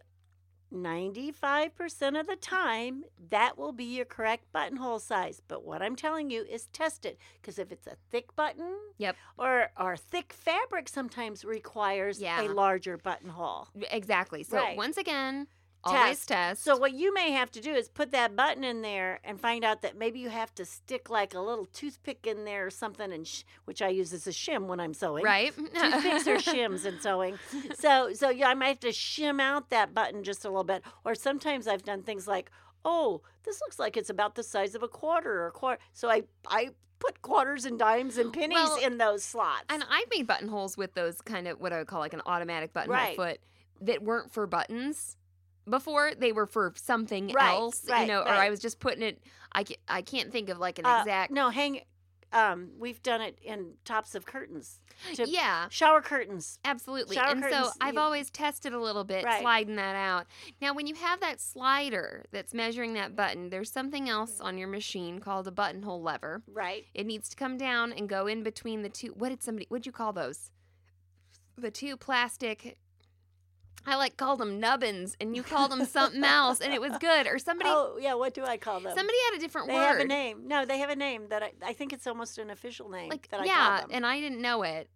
[SPEAKER 4] 95% of the time, that will be your correct buttonhole size. But what I'm telling you is test it because if it's a thick button,
[SPEAKER 3] Yep.
[SPEAKER 4] or or thick fabric sometimes requires
[SPEAKER 3] Yeah.
[SPEAKER 4] a larger buttonhole.
[SPEAKER 3] Exactly. So
[SPEAKER 4] Right.
[SPEAKER 3] once again, always test.
[SPEAKER 4] So what you may have to do is put that button in there and find out that maybe you have to stick like a little toothpick in there or something and sh- which I use as a shim when I'm sewing.
[SPEAKER 3] right?
[SPEAKER 4] toothpicks
[SPEAKER 3] <laughs>
[SPEAKER 4] or shims in sewing. So so yeah, I might have to shim out that button just a little bit. Or sometimes I've done things like, oh, this looks like it's about the size of a quarter or quarter. So I I put quarters and dimes and pennies
[SPEAKER 3] Well,
[SPEAKER 4] in those slots.
[SPEAKER 3] And I've made buttonholes with those kind of what I would call like an automatic buttonhole
[SPEAKER 4] Right.
[SPEAKER 3] foot that weren't for buttons. Before they were for something
[SPEAKER 4] Right,
[SPEAKER 3] else, you
[SPEAKER 4] right,
[SPEAKER 3] know, or
[SPEAKER 4] right.
[SPEAKER 3] I was just putting it. I can't, I can't think of like an
[SPEAKER 4] Uh,
[SPEAKER 3] exact.
[SPEAKER 4] no, hang. Um, we've done it in tops of curtains, to-
[SPEAKER 3] yeah,
[SPEAKER 4] shower curtains.
[SPEAKER 3] absolutely.
[SPEAKER 4] shower
[SPEAKER 3] And so
[SPEAKER 4] curtains,
[SPEAKER 3] I've
[SPEAKER 4] you-
[SPEAKER 3] always tested a little bit,
[SPEAKER 4] Right.
[SPEAKER 3] sliding that out. Now, when you have that slider that's measuring that button, there's something else on your machine called a buttonhole lever.
[SPEAKER 4] Right.
[SPEAKER 3] It needs to come down and go in between the two. What did somebody? What'd you call those? The two plastic. I like called them nubbins, and you called them something else, and it was good. Or somebody,
[SPEAKER 4] oh yeah, what do I call them?
[SPEAKER 3] somebody had a different
[SPEAKER 4] they
[SPEAKER 3] word.
[SPEAKER 4] have a name. No, they have a name that I, I think it's almost an official name
[SPEAKER 3] Like
[SPEAKER 4] that I
[SPEAKER 3] yeah,
[SPEAKER 4] call them.
[SPEAKER 3] and I didn't know it.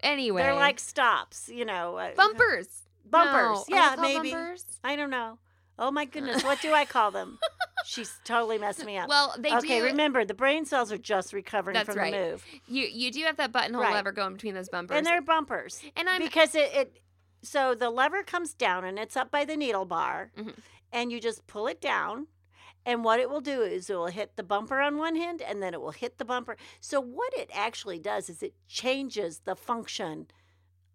[SPEAKER 3] Anyway,
[SPEAKER 4] They're like stops, you know. uh,
[SPEAKER 3] bumpers.
[SPEAKER 4] Bumpers.
[SPEAKER 3] No, are they
[SPEAKER 4] yeah,
[SPEAKER 3] called
[SPEAKER 4] maybe.
[SPEAKER 3] bumpers?
[SPEAKER 4] I don't know. Oh my goodness, what do I call them? She's totally messed me up.
[SPEAKER 3] Well, they
[SPEAKER 4] okay,
[SPEAKER 3] do.
[SPEAKER 4] remember the brain cells are just recovering
[SPEAKER 3] That's
[SPEAKER 4] from
[SPEAKER 3] right.
[SPEAKER 4] the move,
[SPEAKER 3] you you do have that buttonhole
[SPEAKER 4] Right.
[SPEAKER 3] lever going between those bumpers.
[SPEAKER 4] and they're bumpers
[SPEAKER 3] And I'm
[SPEAKER 4] because it, it. So the lever comes down and it's up by the needle bar,
[SPEAKER 3] Mhm.
[SPEAKER 4] and you just pull it down. And what it will do is it will hit the bumper on one hand, and then it will hit the bumper. So what it actually does is it changes the function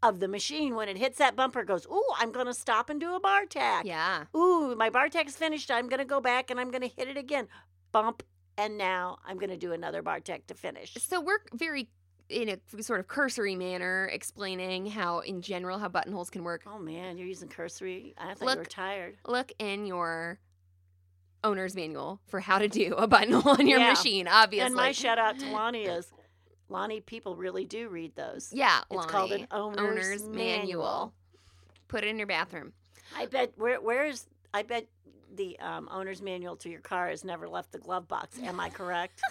[SPEAKER 4] of the machine when it hits that bumper. It Goes, ooh, I'm going to stop and do a bar tack.
[SPEAKER 3] yeah.
[SPEAKER 4] ooh, my bar tech's finished. I'm going to go back and I'm going to hit it again. Bump. And now I'm going to do another bar tech to finish.
[SPEAKER 3] So we're very in a sort of cursory manner explaining how in general how buttonholes can work.
[SPEAKER 4] Oh, man, you're using cursory. I thought you were
[SPEAKER 3] Look-
[SPEAKER 4] tired.
[SPEAKER 3] Look in your owner's manual for how to do a buttonhole <laughs> on your
[SPEAKER 4] Yeah.
[SPEAKER 3] machine, obviously.
[SPEAKER 4] And my shout out
[SPEAKER 3] <laughs>
[SPEAKER 4] to Lonnie is Lonnie, people really do read those.
[SPEAKER 3] Yeah,
[SPEAKER 4] It's called an
[SPEAKER 3] Lonnie.
[SPEAKER 4] owner's,
[SPEAKER 3] owner's manual. Put it in your
[SPEAKER 4] <laughs>
[SPEAKER 3] bathroom.
[SPEAKER 4] I bet, where, where is, I bet the um, owner's manual to your car has never left the
[SPEAKER 3] <laughs>
[SPEAKER 4] glove box. Am I correct?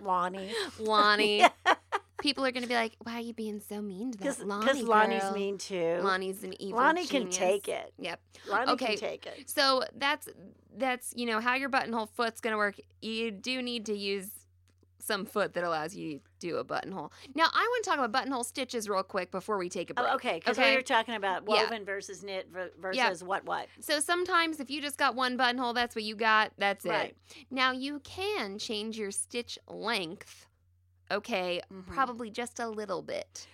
[SPEAKER 4] Lonnie.
[SPEAKER 3] Lonnie.
[SPEAKER 4] Yeah.
[SPEAKER 3] People are going to be like, why are you being so mean to
[SPEAKER 4] Because
[SPEAKER 3] that Lonnie?
[SPEAKER 4] Lonnie's
[SPEAKER 3] girl?"
[SPEAKER 4] mean too.
[SPEAKER 3] Lonnie's an evil
[SPEAKER 4] Lonnie can
[SPEAKER 3] genius.
[SPEAKER 4] take it.
[SPEAKER 3] Yep.
[SPEAKER 4] Lonnie
[SPEAKER 3] Okay.
[SPEAKER 4] can take it.
[SPEAKER 3] So that's that's you know how your buttonhole foot's gonna work. You do need to use some foot that allows you to do a buttonhole. Now I want to talk about buttonhole stitches real quick before we take a break.
[SPEAKER 4] Oh, okay, because
[SPEAKER 3] Okay.
[SPEAKER 4] we were talking about
[SPEAKER 3] Yeah.
[SPEAKER 4] woven versus knit ver- versus
[SPEAKER 3] Yeah.
[SPEAKER 4] what what.
[SPEAKER 3] So sometimes if you just got one buttonhole, that's what you got. That's
[SPEAKER 4] Right.
[SPEAKER 3] it. Now you can change your stitch length. Okay,
[SPEAKER 4] Mhm.
[SPEAKER 3] probably just a little bit.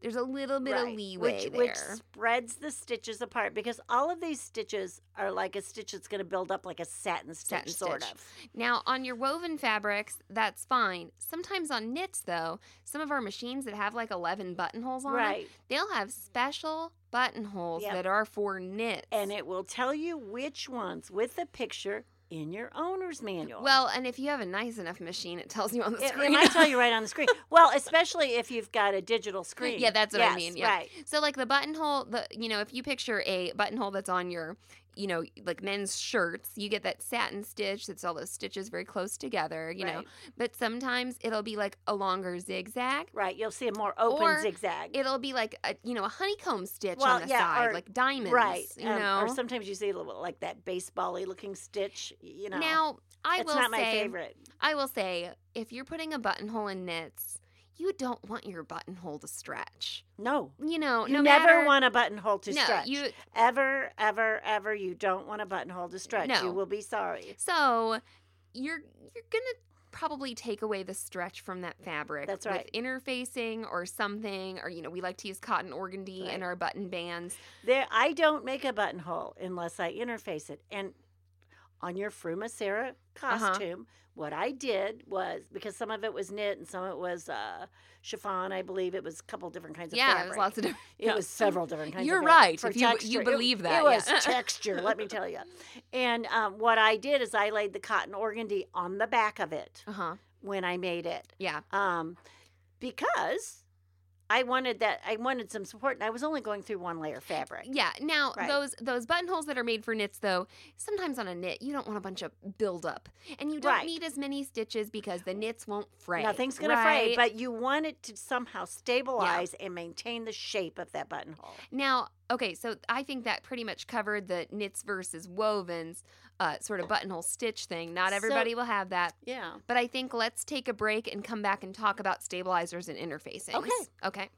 [SPEAKER 3] There's a little bit
[SPEAKER 4] Right,
[SPEAKER 3] of leeway
[SPEAKER 4] which,
[SPEAKER 3] there.
[SPEAKER 4] which spreads the stitches apart because all of these stitches are like a stitch that's going to build up like a satin stitch,
[SPEAKER 3] Satin
[SPEAKER 4] sort
[SPEAKER 3] stitch.
[SPEAKER 4] of.
[SPEAKER 3] Now, on your woven fabrics, that's fine. Sometimes on knits, though, some of our machines that have like 11 buttonholes on them,
[SPEAKER 4] Right,
[SPEAKER 3] they'll have special buttonholes
[SPEAKER 4] Yep.
[SPEAKER 3] that are for knits.
[SPEAKER 4] and it will tell you which ones with a picture in your owner's manual.
[SPEAKER 3] well, and if you have a nice enough machine, it tells you on the
[SPEAKER 4] it, it
[SPEAKER 3] screen. <laughs>
[SPEAKER 4] might tell you right on the screen. Well, especially if you've got a digital screen.
[SPEAKER 3] Yeah, that's what I
[SPEAKER 4] Yes,
[SPEAKER 3] mean, yeah.
[SPEAKER 4] right.
[SPEAKER 3] so, like the buttonhole, the you know, if you picture a buttonhole that's on your, you know, like men's shirts, you get that satin stitch that's all those stitches very close together, you know.
[SPEAKER 4] right,
[SPEAKER 3] But sometimes it'll be like a longer zigzag.
[SPEAKER 4] right. You'll see a more open
[SPEAKER 3] Or
[SPEAKER 4] zigzag.
[SPEAKER 3] it'll be like a you know a honeycomb stitch
[SPEAKER 4] Well,
[SPEAKER 3] on the
[SPEAKER 4] yeah,
[SPEAKER 3] side,
[SPEAKER 4] or-
[SPEAKER 3] like diamonds,
[SPEAKER 4] right,
[SPEAKER 3] You
[SPEAKER 4] um,
[SPEAKER 3] know.
[SPEAKER 4] or sometimes you see a little like that baseball-y looking stitch. You know,
[SPEAKER 3] Now I
[SPEAKER 4] it's
[SPEAKER 3] will
[SPEAKER 4] not
[SPEAKER 3] say,
[SPEAKER 4] my favorite.
[SPEAKER 3] I will say, if you're putting a buttonhole in knits, you don't want your buttonhole to stretch.
[SPEAKER 4] No,
[SPEAKER 3] You know,
[SPEAKER 4] You
[SPEAKER 3] no
[SPEAKER 4] never
[SPEAKER 3] matter
[SPEAKER 4] want a buttonhole to
[SPEAKER 3] no,
[SPEAKER 4] stretch.
[SPEAKER 3] you
[SPEAKER 4] ever, ever, ever. You don't want a buttonhole to stretch.
[SPEAKER 3] No.
[SPEAKER 4] You will be sorry.
[SPEAKER 3] so you're you're gonna probably take away the stretch from that fabric.
[SPEAKER 4] That's right.
[SPEAKER 3] With interfacing or something, or you know, we like to use cotton organdy in
[SPEAKER 4] Right.
[SPEAKER 3] our button bands.
[SPEAKER 4] There, I don't make a buttonhole unless I interface it. And on your Fruma Sarah
[SPEAKER 3] Uh-huh.
[SPEAKER 4] costume, what I did was because some of it was knit and some of it was uh, chiffon. I believe it was a couple different kinds of
[SPEAKER 3] yeah,
[SPEAKER 4] fabric.
[SPEAKER 3] there's lots of different.
[SPEAKER 4] It
[SPEAKER 3] Yeah. Um,
[SPEAKER 4] was several different kinds.
[SPEAKER 3] You're
[SPEAKER 4] of
[SPEAKER 3] right,
[SPEAKER 4] fabric for
[SPEAKER 3] if you- you
[SPEAKER 4] texture. It-
[SPEAKER 3] believe that,
[SPEAKER 4] it
[SPEAKER 3] yeah. <laughs>
[SPEAKER 4] was texture. let me tell you. And um, what I did is I laid the cotton organdy on the back of it
[SPEAKER 3] Uh huh.
[SPEAKER 4] when I made it.
[SPEAKER 3] Yeah.
[SPEAKER 4] um, because I wanted that. I wanted some support, and I was only going through one layer of fabric.
[SPEAKER 3] Yeah. Now
[SPEAKER 4] Right.
[SPEAKER 3] those those buttonholes that are made for knits, though, sometimes on a knit you don't want a bunch of buildup, and you don't
[SPEAKER 4] Right.
[SPEAKER 3] need as many stitches because the knits won't fray.
[SPEAKER 4] Nothing's going to fray,
[SPEAKER 3] right?
[SPEAKER 4] but you want it to somehow stabilize and maintain the shape of that buttonhole.
[SPEAKER 3] now, okay, so I think that pretty much covered the knits versus wovens, uh, sort of buttonhole stitch thing. Not
[SPEAKER 4] So-
[SPEAKER 3] everybody will have that,
[SPEAKER 4] Yeah.
[SPEAKER 3] but I think let's take a break and come back and talk about stabilizers and interfacing.
[SPEAKER 4] Okay.
[SPEAKER 3] Okay.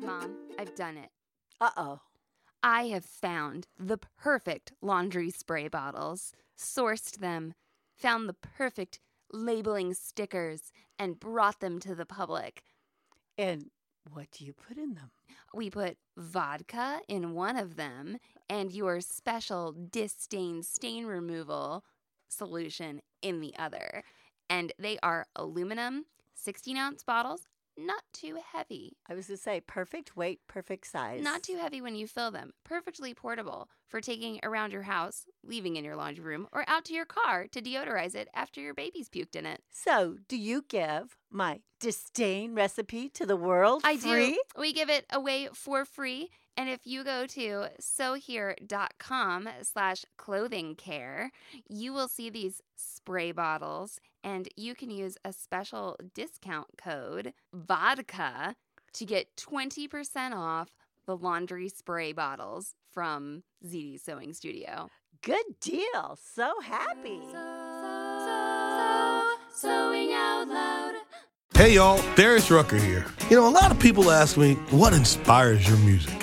[SPEAKER 3] Mom, I've done it.
[SPEAKER 4] Uh oh.
[SPEAKER 3] I have found the perfect laundry spray bottles, sourced them, found the perfect labeling stickers, and brought them to the public.
[SPEAKER 4] And what do you put in them?
[SPEAKER 3] We put vodka in one of them and your special disdain stain removal solution in the other. And they are aluminum, 16 ounce bottles, not too heavy.
[SPEAKER 4] I was going to say perfect weight, perfect size.
[SPEAKER 3] Not too heavy when you fill them. Perfectly portable for taking around your house, leaving in your laundry room, or out to your car to deodorize it after your baby's puked in it.
[SPEAKER 4] So, do you give my disdain recipe to the world
[SPEAKER 3] I do.
[SPEAKER 4] free?
[SPEAKER 3] We give it away for free And if you go to sewhere.com slash clothing care, you will see these spray bottles and you can use a special discount code VODKA to get 20% off the laundry spray bottles from ZD Sewing Studio.
[SPEAKER 4] Good deal. So happy.
[SPEAKER 2] So, so, sewing out loud.
[SPEAKER 5] Hey y'all, Darius Rucker here. You know, a lot of people ask me, what inspires your music?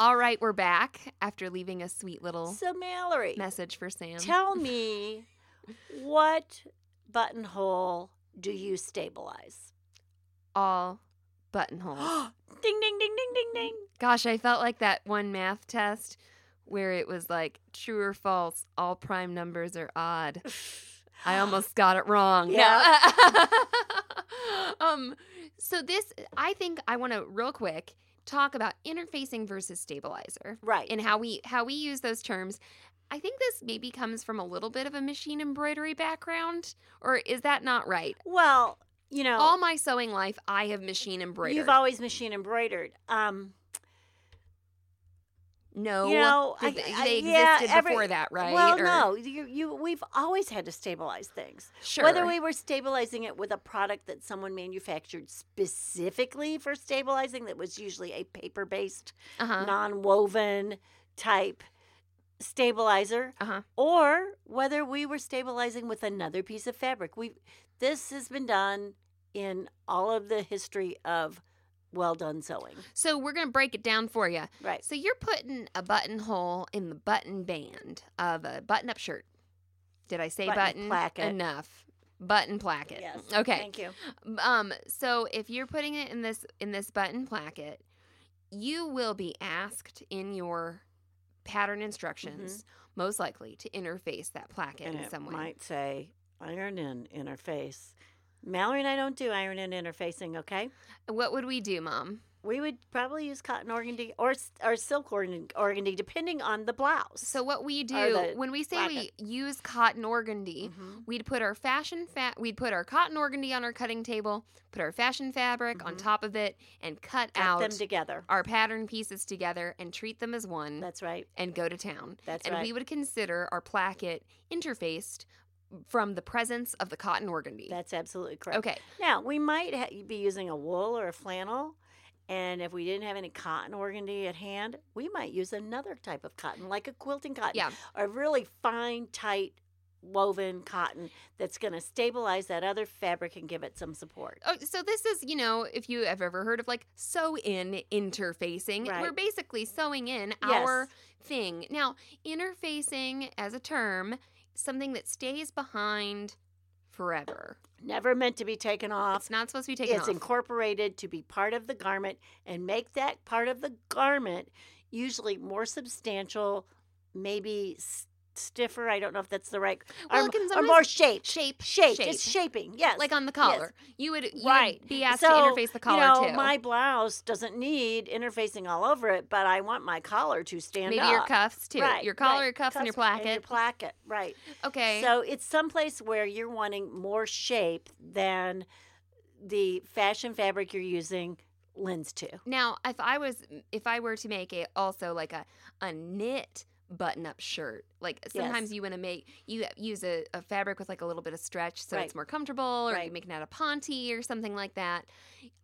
[SPEAKER 3] All right, we're back after leaving a sweet little
[SPEAKER 4] So, Mallory,
[SPEAKER 3] message for Sam. <laughs>
[SPEAKER 4] tell me what buttonhole do
[SPEAKER 3] <gasps>
[SPEAKER 4] you stabilize?
[SPEAKER 3] All buttonholes.
[SPEAKER 4] ding, ding, ding, ding, ding, ding.
[SPEAKER 3] Gosh, I felt like that one math test where it was like true or false, all prime numbers are odd.
[SPEAKER 4] <laughs>
[SPEAKER 3] I almost got it wrong. No. <laughs> um so this I think I want to real quick talk about interfacing versus stabilizer
[SPEAKER 4] Right.
[SPEAKER 3] and how we how we use those terms. I think this maybe comes from a little bit of a machine embroidery background or is that not right?
[SPEAKER 4] well, you know,
[SPEAKER 3] All my sewing life I have machine embroidered.
[SPEAKER 4] you've always machine embroidered. Um,
[SPEAKER 3] no,
[SPEAKER 4] you know,
[SPEAKER 3] 'cause
[SPEAKER 4] I-
[SPEAKER 3] they,
[SPEAKER 4] I-
[SPEAKER 3] they
[SPEAKER 4] yeah,
[SPEAKER 3] existed
[SPEAKER 4] every-
[SPEAKER 3] before that, right?
[SPEAKER 4] Well,
[SPEAKER 3] Or-
[SPEAKER 4] no, you, you, we've always had to stabilize things.
[SPEAKER 3] Sure.
[SPEAKER 4] Whether we were stabilizing it with a product that someone manufactured specifically for stabilizing, that was usually a paper based,
[SPEAKER 3] uh-huh.
[SPEAKER 4] non woven type stabilizer,
[SPEAKER 3] Uh-huh.
[SPEAKER 4] or whether we were stabilizing with another piece of fabric. We This has been done in all of the history of well done sewing.
[SPEAKER 3] So we're going to break it down for you.
[SPEAKER 4] Right.
[SPEAKER 3] So you're putting a buttonhole in the button band of a button-up shirt. Did I say
[SPEAKER 4] Button
[SPEAKER 3] button
[SPEAKER 4] placket.
[SPEAKER 3] enough? Button placket.
[SPEAKER 4] Yes.
[SPEAKER 3] Mm, Okay.
[SPEAKER 4] Thank you.
[SPEAKER 3] Um so if you're putting it in this in this button placket, you will be asked in your pattern instructions most likely to interface that placket
[SPEAKER 4] and
[SPEAKER 3] in
[SPEAKER 4] it
[SPEAKER 3] some way.
[SPEAKER 4] might say iron in interface. Mallory and I don't do iron in interfacing, okay?
[SPEAKER 3] What would we do, mom?
[SPEAKER 4] We would probably use cotton organdy or s- or silk organ- organdy, depending on the blouse.
[SPEAKER 3] So what we do
[SPEAKER 4] the
[SPEAKER 3] when we say
[SPEAKER 4] placket.
[SPEAKER 3] we use cotton organdy,
[SPEAKER 4] Mhm.
[SPEAKER 3] We'd put our fashion fa- we'd put our cotton organdy on our cutting table, put our fashion fabric on
[SPEAKER 4] Mhm.
[SPEAKER 3] top of it, and cut,
[SPEAKER 4] Cut
[SPEAKER 3] out
[SPEAKER 4] them together.
[SPEAKER 3] our pattern pieces together and treat them as one
[SPEAKER 4] That's right.
[SPEAKER 3] and go to town.
[SPEAKER 4] That's
[SPEAKER 3] and
[SPEAKER 4] right.
[SPEAKER 3] we would consider our placket interfaced from the presence of the cotton organdy.
[SPEAKER 4] That's absolutely correct.
[SPEAKER 3] okay.
[SPEAKER 4] Now we might ha- be using a wool or a flannel, and if we didn't have any cotton organdy at hand, we might use another type of cotton, like a quilting cotton.
[SPEAKER 3] Yeah.
[SPEAKER 4] a really fine, tight woven cotton that's going to stabilize that other fabric and give it some support.
[SPEAKER 3] Oh, so this is, you know, if you have ever heard of like sew in interfacing, we're
[SPEAKER 4] Right.
[SPEAKER 3] basically sewing in
[SPEAKER 4] Yes.
[SPEAKER 3] our thing. Now, interfacing as a term, something that stays behind forever.
[SPEAKER 4] Never meant to be taken off.
[SPEAKER 3] It's not supposed to be taken
[SPEAKER 4] It's
[SPEAKER 3] off.
[SPEAKER 4] incorporated to be part of the garment and make that part of the garment usually more substantial, maybe s- stiffer. I don't know if that's the right
[SPEAKER 3] Well,
[SPEAKER 4] or,
[SPEAKER 3] it can
[SPEAKER 4] or
[SPEAKER 3] sometimes-
[SPEAKER 4] more shape.
[SPEAKER 3] shape,
[SPEAKER 4] Shape.
[SPEAKER 3] shape.
[SPEAKER 4] It's shaping. Yes.
[SPEAKER 3] like on the
[SPEAKER 4] Yes.
[SPEAKER 3] collar. You would you
[SPEAKER 4] Right.
[SPEAKER 3] would be asked
[SPEAKER 4] so,
[SPEAKER 3] to interface the collar
[SPEAKER 4] you know,
[SPEAKER 3] too.
[SPEAKER 4] My blouse doesn't need interfacing all over it, but I want my collar to stand
[SPEAKER 3] Maybe
[SPEAKER 4] up.
[SPEAKER 3] your cuffs too.
[SPEAKER 4] uh, Right,
[SPEAKER 3] your collar,
[SPEAKER 4] right.
[SPEAKER 3] your cuffs, and your placket.
[SPEAKER 4] your placket, right.
[SPEAKER 3] okay.
[SPEAKER 4] So it's someplace where you're wanting more shape than the fashion fabric you're using lends to.
[SPEAKER 3] Now, if I was, if I were to make a also like a a knit button up shirt, like sometimes you want to make you use a, a fabric with like a little bit of stretch so it's
[SPEAKER 4] Right.
[SPEAKER 3] more comfortable, or you
[SPEAKER 4] Right.
[SPEAKER 3] make it out of ponte or something like that.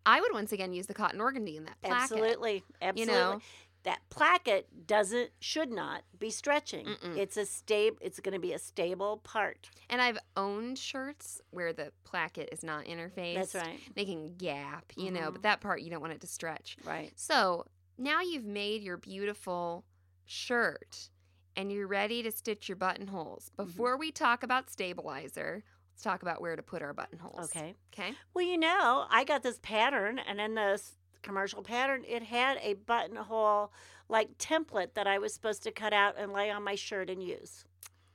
[SPEAKER 3] I would once again use the cotton organdy in that placket.
[SPEAKER 4] Absolutely. Absolutely.
[SPEAKER 3] You know,
[SPEAKER 4] that placket doesn't should not be stretching.
[SPEAKER 3] Mm-mm.
[SPEAKER 4] It's a stable. It's going to be a stable part.
[SPEAKER 3] And I've owned shirts where the placket is not interfaced.
[SPEAKER 4] That's right.
[SPEAKER 3] Making gap, you know,
[SPEAKER 4] Mhm.
[SPEAKER 3] but that part you don't want it to stretch.
[SPEAKER 4] Right.
[SPEAKER 3] So now you've made your beautiful shirt and you're ready to stitch your buttonholes.
[SPEAKER 4] Mm-hmm.
[SPEAKER 3] Before we talk about stabilizer, let's talk about where to put our buttonholes.
[SPEAKER 4] Okay.
[SPEAKER 3] Okay.
[SPEAKER 4] Well, you know, I got this pattern, and in this commercial pattern, it had a buttonhole like template that I was supposed to cut out and lay on my shirt and use.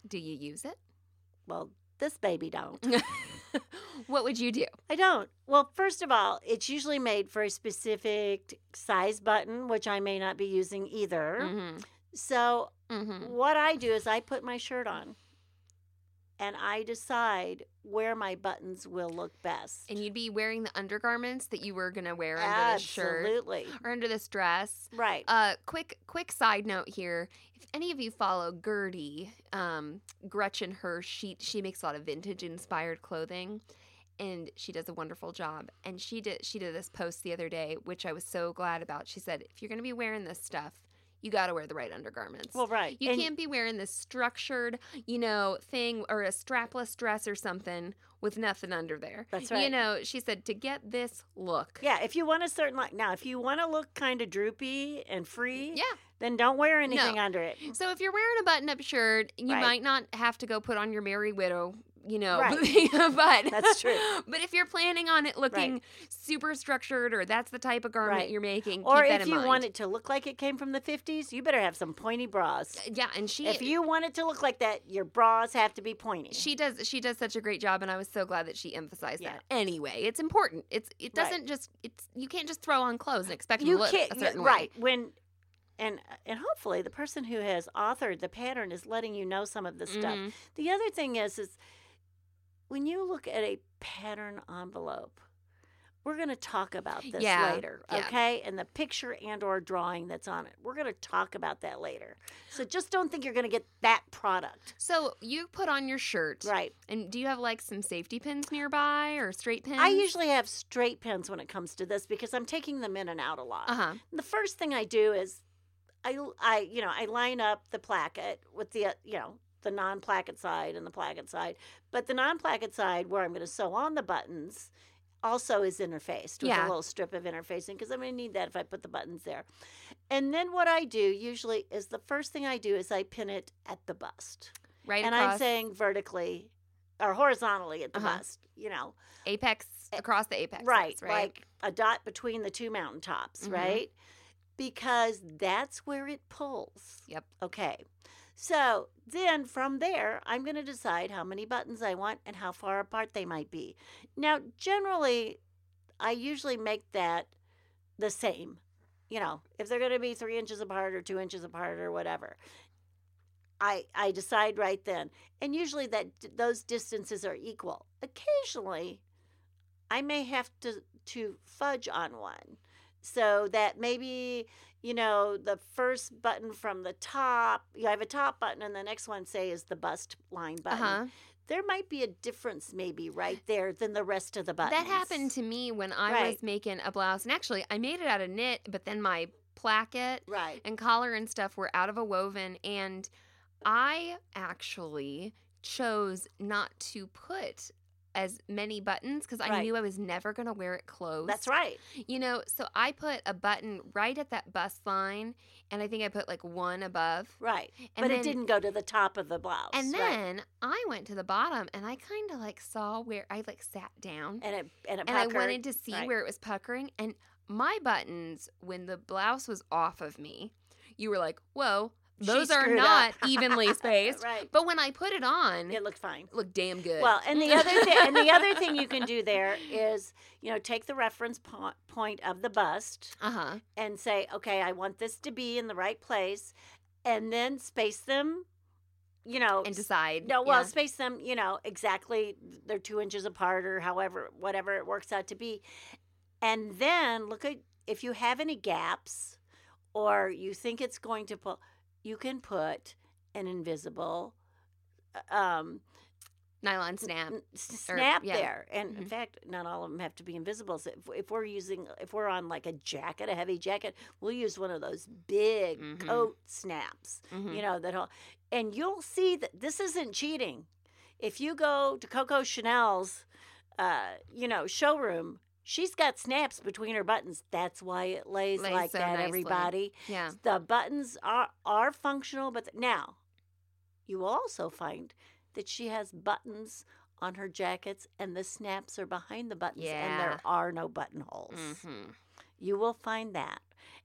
[SPEAKER 3] Do you use it?
[SPEAKER 4] <laughs> Well, this baby don't.
[SPEAKER 3] what would you do?
[SPEAKER 4] I don't. Well, first of all, it's usually made for a specific size button, which I may not be using either.
[SPEAKER 3] Mm-hmm.
[SPEAKER 4] So,
[SPEAKER 3] Mm-hmm.
[SPEAKER 4] what I do is I put my shirt on and I decide where my buttons will look best.
[SPEAKER 3] And you'd be wearing the undergarments that you were gonna wear under this shirt
[SPEAKER 4] Absolutely.
[SPEAKER 3] or under this dress.
[SPEAKER 4] Right.
[SPEAKER 3] Uh, quick, quick side note here. If any of you follow Gertie, um, Gretchen Hirsch, she she makes a lot of vintage inspired clothing, and she does a wonderful job. And she did she did this post the other day, which I was so glad about. She said, if you're gonna be wearing this stuff, you gotta wear the right undergarments.
[SPEAKER 4] well, right.
[SPEAKER 3] you
[SPEAKER 4] And-
[SPEAKER 3] can't be wearing this structured, you know, thing or a strapless dress or something with nothing under there.
[SPEAKER 4] That's
[SPEAKER 3] You
[SPEAKER 4] right.
[SPEAKER 3] know, she said to get this look.
[SPEAKER 4] Yeah, if you want a certain like now, if you want to look kind of droopy and free,
[SPEAKER 3] Yeah.
[SPEAKER 4] then don't wear anything under it.
[SPEAKER 3] So if you're wearing a button-up shirt, you
[SPEAKER 4] Right.
[SPEAKER 3] might not have to go put on your Merry Widow, you know. <laughs>
[SPEAKER 4] Right.
[SPEAKER 3] but
[SPEAKER 4] That's true.
[SPEAKER 3] <laughs> But if you're planning on it looking super structured, or that's the type of garment
[SPEAKER 4] Right.
[SPEAKER 3] you're making,
[SPEAKER 4] Or
[SPEAKER 3] keep that
[SPEAKER 4] if
[SPEAKER 3] in
[SPEAKER 4] you
[SPEAKER 3] mind.
[SPEAKER 4] want it to look like it came from the 50s, you better have some pointy bras.
[SPEAKER 3] Uh, yeah, and she
[SPEAKER 4] If you want it to look like that, your bras have to be pointy.
[SPEAKER 3] she does she does such a great job, and I was so glad that she emphasized
[SPEAKER 4] Yeah.
[SPEAKER 3] that. Anyway, it's important. It's it
[SPEAKER 4] Right.
[SPEAKER 3] doesn't just it's you can't just throw on clothes and expect them
[SPEAKER 4] you
[SPEAKER 3] to look
[SPEAKER 4] can't
[SPEAKER 3] a certain
[SPEAKER 4] you-
[SPEAKER 3] way.
[SPEAKER 4] right when and uh, and hopefully the person who has authored the pattern is letting you know some of this stuff.
[SPEAKER 3] Mhm.
[SPEAKER 4] The other thing is, is when you look at a pattern envelope, we're going to talk about this
[SPEAKER 3] Yeah,
[SPEAKER 4] later,
[SPEAKER 3] yeah.
[SPEAKER 4] okay? And the picture and or drawing that's on it, we're going to talk about that later. So just don't think you're going to get that product,
[SPEAKER 3] So you put on your shirt,
[SPEAKER 4] right?
[SPEAKER 3] and do you have like some safety pins nearby or straight pins?
[SPEAKER 4] I usually have straight pins when it comes to this because I'm taking them in and out a lot.
[SPEAKER 3] uh huh.
[SPEAKER 4] The first thing I do is, I, I, you know, I line up the placket with the, uh, you know, the non-placket side and the placket side, but the non-placket side where I'm going to sew on the buttons also is interfaced with
[SPEAKER 3] Yeah.
[SPEAKER 4] a little strip of interfacing because I'm going to need that if I put the buttons there. And then what I do usually is the first thing I do is I pin it at the bust,
[SPEAKER 3] Right
[SPEAKER 4] and
[SPEAKER 3] across
[SPEAKER 4] I'm saying vertically or horizontally at the
[SPEAKER 3] Uh-huh.
[SPEAKER 4] bust, you know
[SPEAKER 3] apex across the apex.
[SPEAKER 4] right,
[SPEAKER 3] right?
[SPEAKER 4] like a dot between the two mountaintops,
[SPEAKER 3] Mhm.
[SPEAKER 4] right? Because that's where it pulls.
[SPEAKER 3] Yep.
[SPEAKER 4] Okay. So then from there, I'm going to decide how many buttons I want and how far apart they might be. Now, generally, I usually make that the same. You know, if they're going to be three inches apart or two inches apart or whatever, I I decide right then. And usually that those distances are equal. Occasionally, I may have to to fudge on one, so that maybe you know the first button from the top. You have a top button, and the next one say is the bust line
[SPEAKER 3] uh
[SPEAKER 4] button.
[SPEAKER 3] huh.
[SPEAKER 4] There might be a difference maybe right there than the rest of the buttons.
[SPEAKER 3] That happened to me when I was
[SPEAKER 4] Right. me.
[SPEAKER 3] making a blouse, and actually, I made it out of knit, but then my placket
[SPEAKER 4] Right.
[SPEAKER 3] and collar and stuff were out of a woven, and I actually chose not to put as many buttons because I
[SPEAKER 4] Right.
[SPEAKER 3] knew I was never going to wear it closed.
[SPEAKER 4] That's right.
[SPEAKER 3] You know, so I put a button right at that bust line, and I think I put like one above.
[SPEAKER 4] Right.
[SPEAKER 3] And
[SPEAKER 4] but
[SPEAKER 3] then,
[SPEAKER 4] it didn't go to the top of the blouse.
[SPEAKER 3] And
[SPEAKER 4] right.
[SPEAKER 3] then I went to the bottom and I kind of like saw where I like sat down
[SPEAKER 4] and it and it
[SPEAKER 3] and I
[SPEAKER 4] puckered.
[SPEAKER 3] wanted to see
[SPEAKER 4] Right.
[SPEAKER 3] where it was puckering. And my buttons, when the blouse was off of me, you were like, whoa,
[SPEAKER 4] She
[SPEAKER 3] those are
[SPEAKER 4] screwed
[SPEAKER 3] not
[SPEAKER 4] up. <laughs>
[SPEAKER 3] evenly spaced.
[SPEAKER 4] right.
[SPEAKER 3] But when I put it on,
[SPEAKER 4] It looked fine.
[SPEAKER 3] it looked damn good.
[SPEAKER 4] Well, and the other thing, and the other thing
[SPEAKER 3] <laughs>
[SPEAKER 4] you can do there is, you know, take the reference po- point of the bust
[SPEAKER 3] uh huh.
[SPEAKER 4] and say, okay, I want this to be in the right place, and then space them, you know,
[SPEAKER 3] And decide.
[SPEAKER 4] Oh, No, well,
[SPEAKER 3] yeah.
[SPEAKER 4] space them, you know, exactly. They're two inches apart or however, whatever it works out to be. And then look at if you have any gaps or you think it's going to pull, you can put an invisible uh, um,
[SPEAKER 3] nylon snap.
[SPEAKER 4] n- s-
[SPEAKER 3] or-
[SPEAKER 4] snap
[SPEAKER 3] yeah.
[SPEAKER 4] there. And in
[SPEAKER 3] Mhm.
[SPEAKER 4] fact, not all of them have to be invisibles. If, if we're using, if we're on like a jacket, a heavy jacket, we'll use one of those big
[SPEAKER 3] Mhm.
[SPEAKER 4] coat snaps.
[SPEAKER 3] Mhm.
[SPEAKER 4] You know that, all, and you'll see that this isn't cheating. If you go to Coco Chanel's, uh, you know, showroom. She's got snaps between her buttons. That's why it lays,
[SPEAKER 3] Lays
[SPEAKER 4] like
[SPEAKER 3] so
[SPEAKER 4] that,
[SPEAKER 3] nicely.
[SPEAKER 4] everybody.
[SPEAKER 3] Yeah.
[SPEAKER 4] The buttons are are functional, but now you will also find that she has buttons on her jackets, and the snaps are behind the buttons, and
[SPEAKER 3] Yeah.
[SPEAKER 4] there are no buttonholes.
[SPEAKER 3] hmm
[SPEAKER 4] You will find that,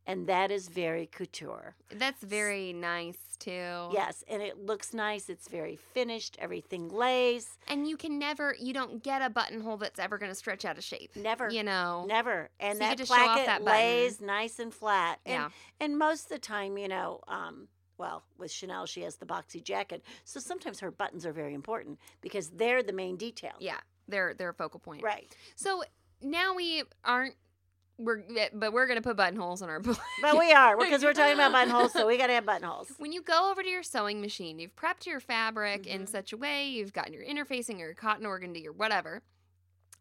[SPEAKER 4] and that is very couture.
[SPEAKER 3] That's very nice too.
[SPEAKER 4] Yes, and it looks nice. It's very finished. Everything lays.
[SPEAKER 3] And you can never, you don't get a buttonhole that's ever going to stretch out of shape.
[SPEAKER 4] Never.
[SPEAKER 3] You know.
[SPEAKER 4] Never. And
[SPEAKER 3] Oh. So you
[SPEAKER 4] that
[SPEAKER 3] get to show off
[SPEAKER 4] placket
[SPEAKER 3] that button.
[SPEAKER 4] lays nice and flat. And,
[SPEAKER 3] Yeah.
[SPEAKER 4] and most of the time, you know, um, well, with Chanel, she has the boxy jacket. So sometimes her buttons are very important because they're the main detail.
[SPEAKER 3] Yeah. They're they're a focal point.
[SPEAKER 4] Right.
[SPEAKER 3] So now we aren't we're eh, but we're gonna put buttonholes on our <laughs> book.
[SPEAKER 4] But we are, because we're talking about buttonholes, so we got to have buttonholes.
[SPEAKER 3] When you go over to your sewing machine, you've prepped your fabric in
[SPEAKER 4] Mhm.
[SPEAKER 3] such a way, you've gotten your interfacing or your cotton organ to your whatever.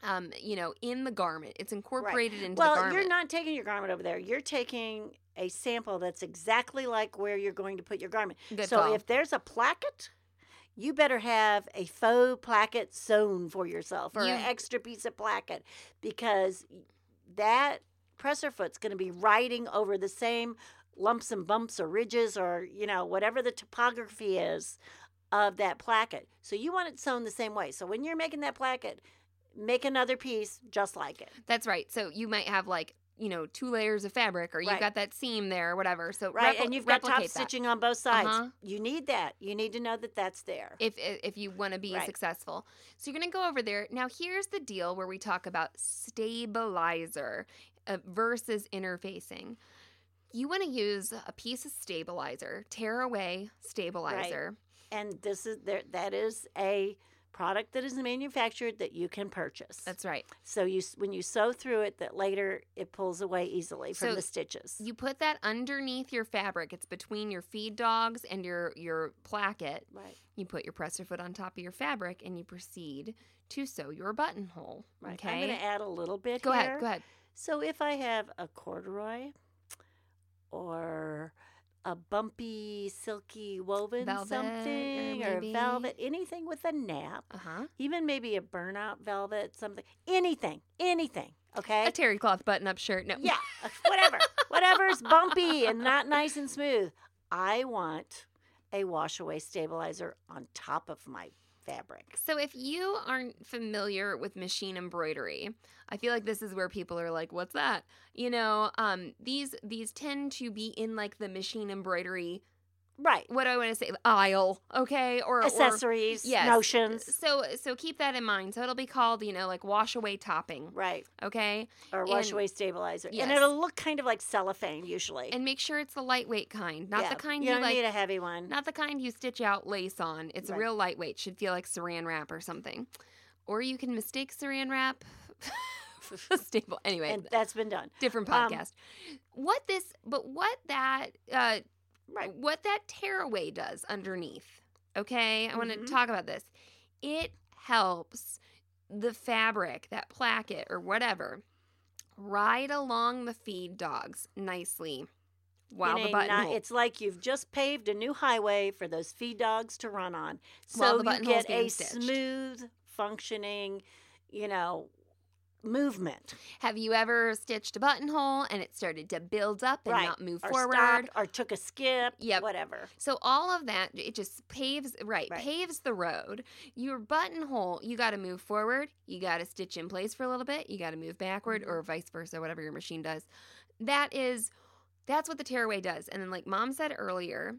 [SPEAKER 3] Um, you know, in the garment. It's incorporated into
[SPEAKER 4] well,
[SPEAKER 3] the garment.
[SPEAKER 4] you're not taking your garment over there. You're taking a sample that's exactly like where you're going to put your garment.
[SPEAKER 3] Good
[SPEAKER 4] so
[SPEAKER 3] call.
[SPEAKER 4] if there's a placket, you better have a faux placket sewn for yourself or an
[SPEAKER 3] You-
[SPEAKER 4] extra piece of placket because that presser foot's going to be riding over the same lumps and bumps or ridges or, you know, whatever the topography is of that placket. So you want it sewn the same way. So when you're making that placket, make another piece just like it.
[SPEAKER 3] That's right. So you might have like, you know, two layers of fabric or you've
[SPEAKER 4] Right.
[SPEAKER 3] got that seam there or whatever. So
[SPEAKER 4] Right,
[SPEAKER 3] repli-
[SPEAKER 4] and you've got top
[SPEAKER 3] replicate that.
[SPEAKER 4] stitching on both sides.
[SPEAKER 3] Uh-huh.
[SPEAKER 4] You need that. You need to know that that's there.
[SPEAKER 3] if if you want to be
[SPEAKER 4] Right.
[SPEAKER 3] successful. So you're going to go over there. Now here's the deal where we talk about stabilizer uh, versus interfacing. You want to use a piece of stabilizer, tear away stabilizer.
[SPEAKER 4] and this is there. That is a product that is manufactured that you can purchase.
[SPEAKER 3] That's right.
[SPEAKER 4] so you s- when you sew through it, that later it pulls away easily from
[SPEAKER 3] So
[SPEAKER 4] the stitches.
[SPEAKER 3] You put that underneath your fabric. It's between your feed dogs and your your placket.
[SPEAKER 4] right,
[SPEAKER 3] You put your presser foot on top of your fabric and you proceed to sew your buttonhole.
[SPEAKER 4] right.
[SPEAKER 3] Okay.
[SPEAKER 4] I'm going to add a little bit.
[SPEAKER 3] go
[SPEAKER 4] here.
[SPEAKER 3] ahead. Go ahead.
[SPEAKER 4] So if I have a corduroy or a bumpy, silky woven
[SPEAKER 3] Velvet or
[SPEAKER 4] something or
[SPEAKER 3] maybe-
[SPEAKER 4] velvet, anything with a nap.
[SPEAKER 3] Uh huh.
[SPEAKER 4] even maybe a burnout velvet, something, anything, anything.
[SPEAKER 3] A
[SPEAKER 4] Okay.
[SPEAKER 3] terry cloth button up shirt. No.
[SPEAKER 4] Yeah, uh, whatever, whatever's bumpy and not nice and smooth. I want a washaway stabilizer on top of my fabric.
[SPEAKER 3] So, if you aren't familiar with machine embroidery, I feel like this is where people are like, "What's that?" You know, um, these these tend to be in like the machine embroidery.
[SPEAKER 4] Right.
[SPEAKER 3] What do I want to say aisle, okay, or or-
[SPEAKER 4] Accessories,
[SPEAKER 3] yes.
[SPEAKER 4] notions.
[SPEAKER 3] So, so keep that in mind. So it'll be called, you know, like wash away topping,
[SPEAKER 4] Right.
[SPEAKER 3] okay,
[SPEAKER 4] Or
[SPEAKER 3] And-
[SPEAKER 4] washaway stabilizer.
[SPEAKER 3] yes.
[SPEAKER 4] And it'll look kind of like cellophane usually.
[SPEAKER 3] and make sure it's the lightweight kind, not
[SPEAKER 4] Yeah,
[SPEAKER 3] the kind
[SPEAKER 4] you
[SPEAKER 3] you,
[SPEAKER 4] don't
[SPEAKER 3] like,
[SPEAKER 4] need a heavy one.
[SPEAKER 3] not the kind you stitch out lace on. It's
[SPEAKER 4] Right.
[SPEAKER 3] real lightweight. Should feel like Saran wrap or something, or you can mistake Saran wrap. <laughs> for Staple. Anyway,
[SPEAKER 4] and that's been done.
[SPEAKER 3] different
[SPEAKER 4] Um,
[SPEAKER 3] podcast. what this, but what that, uh,
[SPEAKER 4] Right.
[SPEAKER 3] what that tearaway does underneath. Okay, I want to
[SPEAKER 4] Mhm.
[SPEAKER 3] talk about this. It helps the fabric, that placket or whatever, ride along the feed dogs nicely while
[SPEAKER 4] in
[SPEAKER 3] the
[SPEAKER 4] a
[SPEAKER 3] button.
[SPEAKER 4] not- it's like you've just paved a new highway for those feed dogs to run on. So
[SPEAKER 3] While the
[SPEAKER 4] you
[SPEAKER 3] buttonhole's
[SPEAKER 4] get a
[SPEAKER 3] being stitched.
[SPEAKER 4] smooth functioning, you know, movement.
[SPEAKER 3] Have you ever stitched a buttonhole and it started to build up and
[SPEAKER 4] right.
[SPEAKER 3] not move
[SPEAKER 4] or
[SPEAKER 3] forward?
[SPEAKER 4] stopped or took a skip.
[SPEAKER 3] Yep.
[SPEAKER 4] Whatever.
[SPEAKER 3] So all of that it just paves right,
[SPEAKER 4] Right.
[SPEAKER 3] paves the road. Your buttonhole, you got to move forward, you got to stitch in place for a little bit, you got to move backward
[SPEAKER 4] Mhm.
[SPEAKER 3] or vice versa, whatever your machine does. That is that's what the tearaway does. And then like mom said earlier,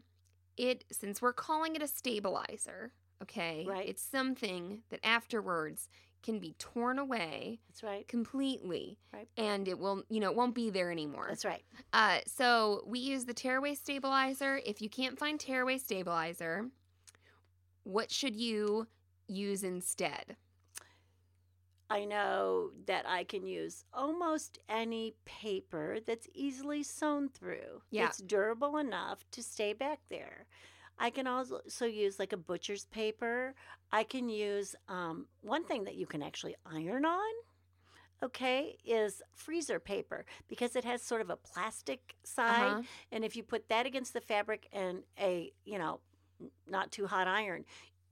[SPEAKER 3] it since we're calling it a stabilizer, okay?
[SPEAKER 4] Right.
[SPEAKER 3] It's something that afterwards can be torn away
[SPEAKER 4] That's right.
[SPEAKER 3] completely
[SPEAKER 4] Right.
[SPEAKER 3] and it will, you know, it won't be there anymore.
[SPEAKER 4] That's right.
[SPEAKER 3] Uh, so we use the tearaway stabilizer. If you can't find tearaway stabilizer, what should you use instead?
[SPEAKER 4] I know that I can use almost any paper that's easily sewn through.
[SPEAKER 3] Yeah.
[SPEAKER 4] It's durable enough to stay back there. I can also so use like a butcher's paper. I can use um, one thing that you can actually iron on. Okay, is freezer paper because it has sort of a plastic side,
[SPEAKER 3] Uh-huh.
[SPEAKER 4] and if you put that against the fabric and a you know n- not too hot iron,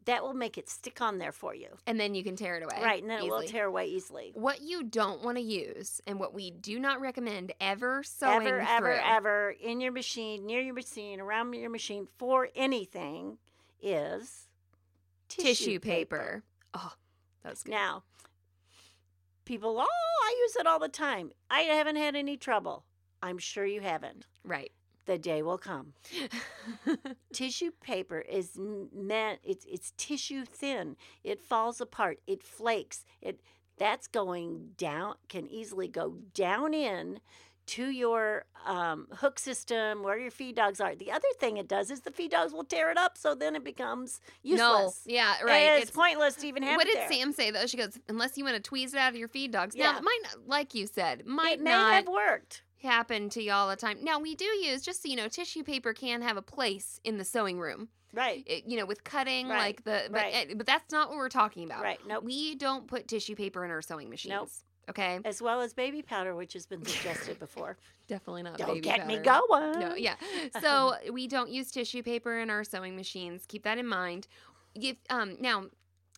[SPEAKER 4] that will make it stick on there for you.
[SPEAKER 3] And then you can tear it away.
[SPEAKER 4] Right, and then it will
[SPEAKER 3] easily.
[SPEAKER 4] tear away easily.
[SPEAKER 3] What you don't want to use and what we do not recommend ever sewing
[SPEAKER 4] Ever, ever,
[SPEAKER 3] through-
[SPEAKER 4] ever in your machine, near your machine, around your machine for anything is
[SPEAKER 3] tissue, paper. Oh, that's good.
[SPEAKER 4] Now, people, oh, I use it all the time. I haven't had any trouble. I'm sure you haven't.
[SPEAKER 3] right.
[SPEAKER 4] The day
[SPEAKER 3] <laughs>
[SPEAKER 4] will come. tissue paper is m- meant it's it's tissue thin. It falls apart. It flakes. It that's going down can easily go down in to your um, hook system where your feed dogs are. The other thing it does is the feed dogs will tear it up, so then it becomes
[SPEAKER 3] no.
[SPEAKER 4] useless.
[SPEAKER 3] Yeah. Right.
[SPEAKER 4] It's, pointless to even have
[SPEAKER 3] what
[SPEAKER 4] it
[SPEAKER 3] did
[SPEAKER 4] there.
[SPEAKER 3] Sam say though? She goes, unless you want to tweeze it out of your feed dogs. Now,
[SPEAKER 4] Yeah.
[SPEAKER 3] it might not, like you said, might
[SPEAKER 4] it may
[SPEAKER 3] not
[SPEAKER 4] have worked.
[SPEAKER 3] happen to you all the time. Now, we do use, just so you know, tissue paper can have a place in the sewing room.
[SPEAKER 4] Right.
[SPEAKER 3] It- you know, with cutting,
[SPEAKER 4] Right,
[SPEAKER 3] like the, but,
[SPEAKER 4] right.
[SPEAKER 3] eh, but that's not what we're talking about.
[SPEAKER 4] Right. Nope.
[SPEAKER 3] We don't put tissue paper in our sewing machines. Okay.
[SPEAKER 4] As well as baby powder, which has been suggested before.
[SPEAKER 3] Definitely not.
[SPEAKER 4] Don't
[SPEAKER 3] baby
[SPEAKER 4] get me
[SPEAKER 3] powder.
[SPEAKER 4] going.
[SPEAKER 3] No,
[SPEAKER 4] <laughs>
[SPEAKER 3] yeah. So we don't use tissue paper in our sewing machines. Keep that in mind. If um now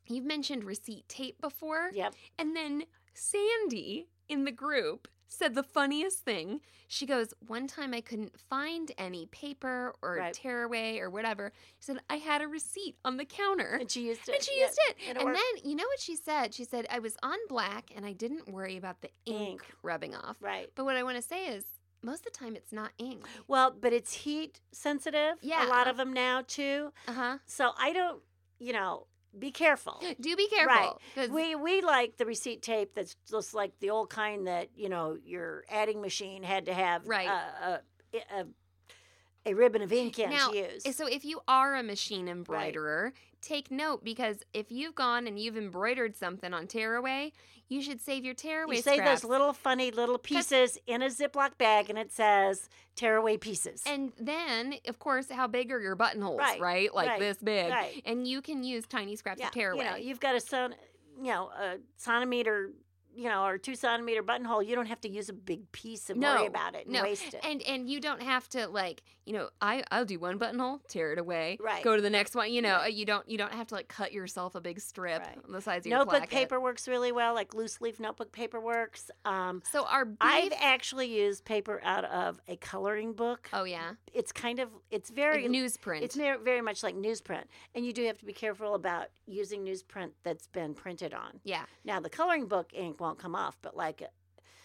[SPEAKER 3] you've mentioned receipt tape before.
[SPEAKER 4] Yep.
[SPEAKER 3] And then Sandy in the group said the funniest thing. She goes, One time I couldn't find any paper or
[SPEAKER 4] Right.
[SPEAKER 3] tearaway or whatever. She said, I had a receipt on the counter.
[SPEAKER 4] And she used it.
[SPEAKER 3] And she
[SPEAKER 4] yeah,
[SPEAKER 3] used it. And,
[SPEAKER 4] and it worked.
[SPEAKER 3] then you know what she said? She said, I was on black and I didn't worry about the ink,
[SPEAKER 4] Ink.
[SPEAKER 3] rubbing off.
[SPEAKER 4] Right.
[SPEAKER 3] But what I want to say is, most of the time it's not ink.
[SPEAKER 4] Well, but it's heat sensitive. A lot
[SPEAKER 3] Yeah.
[SPEAKER 4] of them now too.
[SPEAKER 3] Uh
[SPEAKER 4] <laughs>
[SPEAKER 3] huh.
[SPEAKER 4] So I don't, you know, be careful. <laughs>
[SPEAKER 3] Do be careful. 'cause-
[SPEAKER 4] We we like the receipt tape that's just like the old kind that you know your adding machine had to have uh,
[SPEAKER 3] Right.
[SPEAKER 4] a, a, a, a ribbon of ink in
[SPEAKER 3] Now,
[SPEAKER 4] to use.
[SPEAKER 3] so if you are a machine embroiderer, take note because if you've gone and you've embroidered something on tearaway, you should save your tearaway
[SPEAKER 4] You save those
[SPEAKER 3] scraps.
[SPEAKER 4] little funny little pieces in a Ziploc bag, and it says tearaway pieces.
[SPEAKER 3] and then, of course, how big are your buttonholes,
[SPEAKER 4] Right,
[SPEAKER 3] right? Like
[SPEAKER 4] right,
[SPEAKER 3] this big.
[SPEAKER 4] right.
[SPEAKER 3] And you can use tiny scraps
[SPEAKER 4] yeah,
[SPEAKER 3] of tearaway.
[SPEAKER 4] you know, you've got a son, you know, a sonometer, you know, or two sonometer buttonhole. You don't have to use a big piece and worry
[SPEAKER 3] No,
[SPEAKER 4] about it and
[SPEAKER 3] no.
[SPEAKER 4] waste it.
[SPEAKER 3] and and you don't have to like you know I I'll do one buttonhole tear it away
[SPEAKER 4] Right.
[SPEAKER 3] go to the next one you know
[SPEAKER 4] Right.
[SPEAKER 3] you don't you don't have to like cut yourself a big strip
[SPEAKER 4] Right.
[SPEAKER 3] on the sides of your
[SPEAKER 4] notebook
[SPEAKER 3] placket.
[SPEAKER 4] paper works really well, like loose leaf notebook paper works. Um,
[SPEAKER 3] so our beef
[SPEAKER 4] I've actually used paper out of a coloring book.
[SPEAKER 3] oh yeah
[SPEAKER 4] It's kind of it's
[SPEAKER 3] like
[SPEAKER 4] very
[SPEAKER 3] newsprint
[SPEAKER 4] It's ne- very much like newsprint, and you do have to be careful about using newsprint that's been printed on.
[SPEAKER 3] yeah
[SPEAKER 4] Now, the coloring book ink won't come off, but like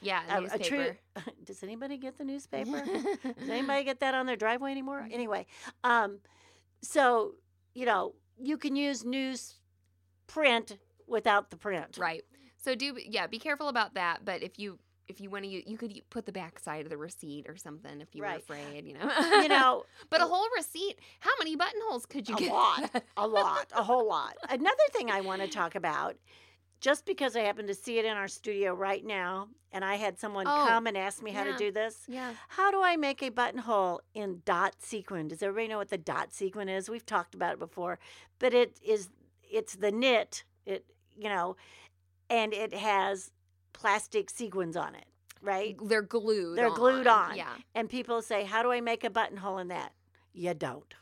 [SPEAKER 3] yeah
[SPEAKER 4] a, a true.
[SPEAKER 3] newspaper
[SPEAKER 4] <laughs> Does anybody get
[SPEAKER 3] <laughs>
[SPEAKER 4] the newspaper? Does anybody get that on their driveway anymore?
[SPEAKER 3] Mm-hmm.
[SPEAKER 4] Anyway, um, so you know you can use newsprint without the print.
[SPEAKER 3] Right. So do be- yeah, be careful about that. But if you if you want to, you, you could u- put the back side of the receipt or something if you
[SPEAKER 4] Right.
[SPEAKER 3] were afraid, you know.
[SPEAKER 4] You know,
[SPEAKER 3] <laughs> but a whole receipt. How many buttonholes could you
[SPEAKER 4] a
[SPEAKER 3] get? <laughs>
[SPEAKER 4] lot, a lot, a whole lot. Another thing I want to talk about, just because I happen to see it in our studio right now, and I had someone
[SPEAKER 3] Oh,
[SPEAKER 4] come and ask me how to
[SPEAKER 3] yeah.
[SPEAKER 4] do this.
[SPEAKER 3] Yeah.
[SPEAKER 4] How do I make a buttonhole in dot sequin? Does everybody know what the dot sequin is? We've talked about it before, but it is it's the knit. It you know, and it has plastic sequins on it, right?
[SPEAKER 3] They're glued.
[SPEAKER 4] They're
[SPEAKER 3] on.
[SPEAKER 4] glued on.
[SPEAKER 3] Yeah.
[SPEAKER 4] And people say, "How do I make a buttonhole in that?" You
[SPEAKER 3] <laughs>
[SPEAKER 4] don't.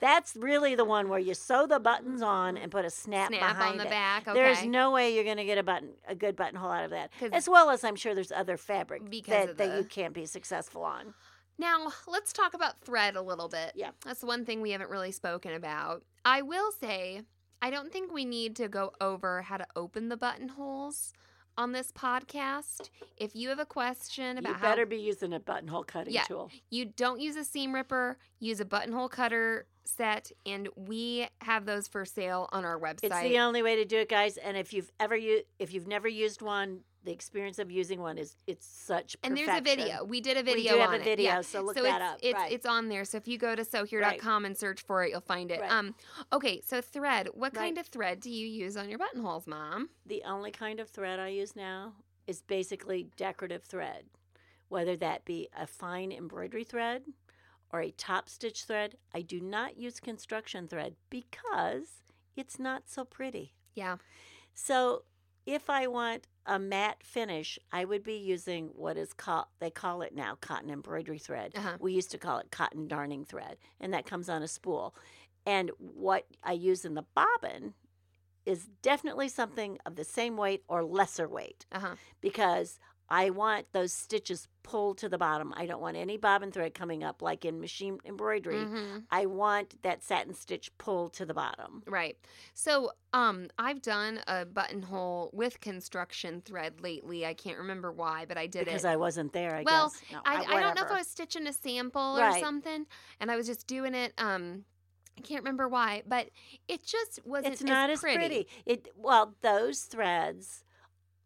[SPEAKER 4] That's really the one where you sew the buttons on and put a snap,
[SPEAKER 3] Snap
[SPEAKER 4] behind
[SPEAKER 3] on the
[SPEAKER 4] it.
[SPEAKER 3] back. Okay.
[SPEAKER 4] There's no way you're going to get a button, a good buttonhole out of that.
[SPEAKER 3] 'Cause-
[SPEAKER 4] As well as I'm sure there's other fabric
[SPEAKER 3] Because
[SPEAKER 4] that,
[SPEAKER 3] of
[SPEAKER 4] that you
[SPEAKER 3] the-
[SPEAKER 4] can't be successful on.
[SPEAKER 3] Now, let's talk about thread a little bit.
[SPEAKER 4] Yeah.
[SPEAKER 3] That's the one thing we haven't really spoken about. I will say, I don't think we need to go over how to open the buttonholes on this podcast. If you have a question about
[SPEAKER 4] you
[SPEAKER 3] how
[SPEAKER 4] better be using a buttonhole cutting
[SPEAKER 3] Yeah.
[SPEAKER 4] tool.
[SPEAKER 3] You don't use a seam ripper, use a buttonhole cutter set, and we have those for sale on our website.
[SPEAKER 4] It's the only way to do it, guys. And if you've ever u- if you've never used one, the experience of using one is it's such
[SPEAKER 3] and there's a
[SPEAKER 4] perfection.
[SPEAKER 3] video. We did a
[SPEAKER 4] We
[SPEAKER 3] video
[SPEAKER 4] do have
[SPEAKER 3] on
[SPEAKER 4] a
[SPEAKER 3] it.
[SPEAKER 4] video,
[SPEAKER 3] Yeah.
[SPEAKER 4] so look
[SPEAKER 3] so
[SPEAKER 4] that
[SPEAKER 3] it's,
[SPEAKER 4] up.
[SPEAKER 3] It's,
[SPEAKER 4] right.
[SPEAKER 3] it's on there. So if you go to sewhere.com and search for it, you'll find it.
[SPEAKER 4] Right.
[SPEAKER 3] Um, okay, so thread. What
[SPEAKER 4] Right.
[SPEAKER 3] kind of thread do you use on your buttonholes, Mom?
[SPEAKER 4] The only kind of thread I use now is basically decorative thread, whether that be a fine embroidery thread or a top stitch thread. I do not use construction thread because it's not so pretty.
[SPEAKER 3] Yeah.
[SPEAKER 4] So if I want a matte finish, I would be using what is called they call it now cotton embroidery thread.
[SPEAKER 3] Uh-huh.
[SPEAKER 4] We used to call it cotton darning thread, and that comes on a spool. And what I use in the bobbin is definitely something of the same weight or lesser weight
[SPEAKER 3] Uh huh.
[SPEAKER 4] because I want those stitches pulled to the bottom. I don't want any bobbin thread coming up like in machine embroidery.
[SPEAKER 3] Mm-hmm.
[SPEAKER 4] I want that satin stitch pulled to the bottom.
[SPEAKER 3] Right. So, um, I've done a buttonhole with construction thread lately. I can't remember why, but I did
[SPEAKER 4] because
[SPEAKER 3] it.
[SPEAKER 4] I wasn't there, I
[SPEAKER 3] well,
[SPEAKER 4] guess. No,
[SPEAKER 3] I, I don't know if
[SPEAKER 4] whatever.
[SPEAKER 3] I was stitching a sample or
[SPEAKER 4] Right.
[SPEAKER 3] something, and I was just doing it. Um, I can't remember why, but it just wasn't.
[SPEAKER 4] it's not as pretty. It well, those threads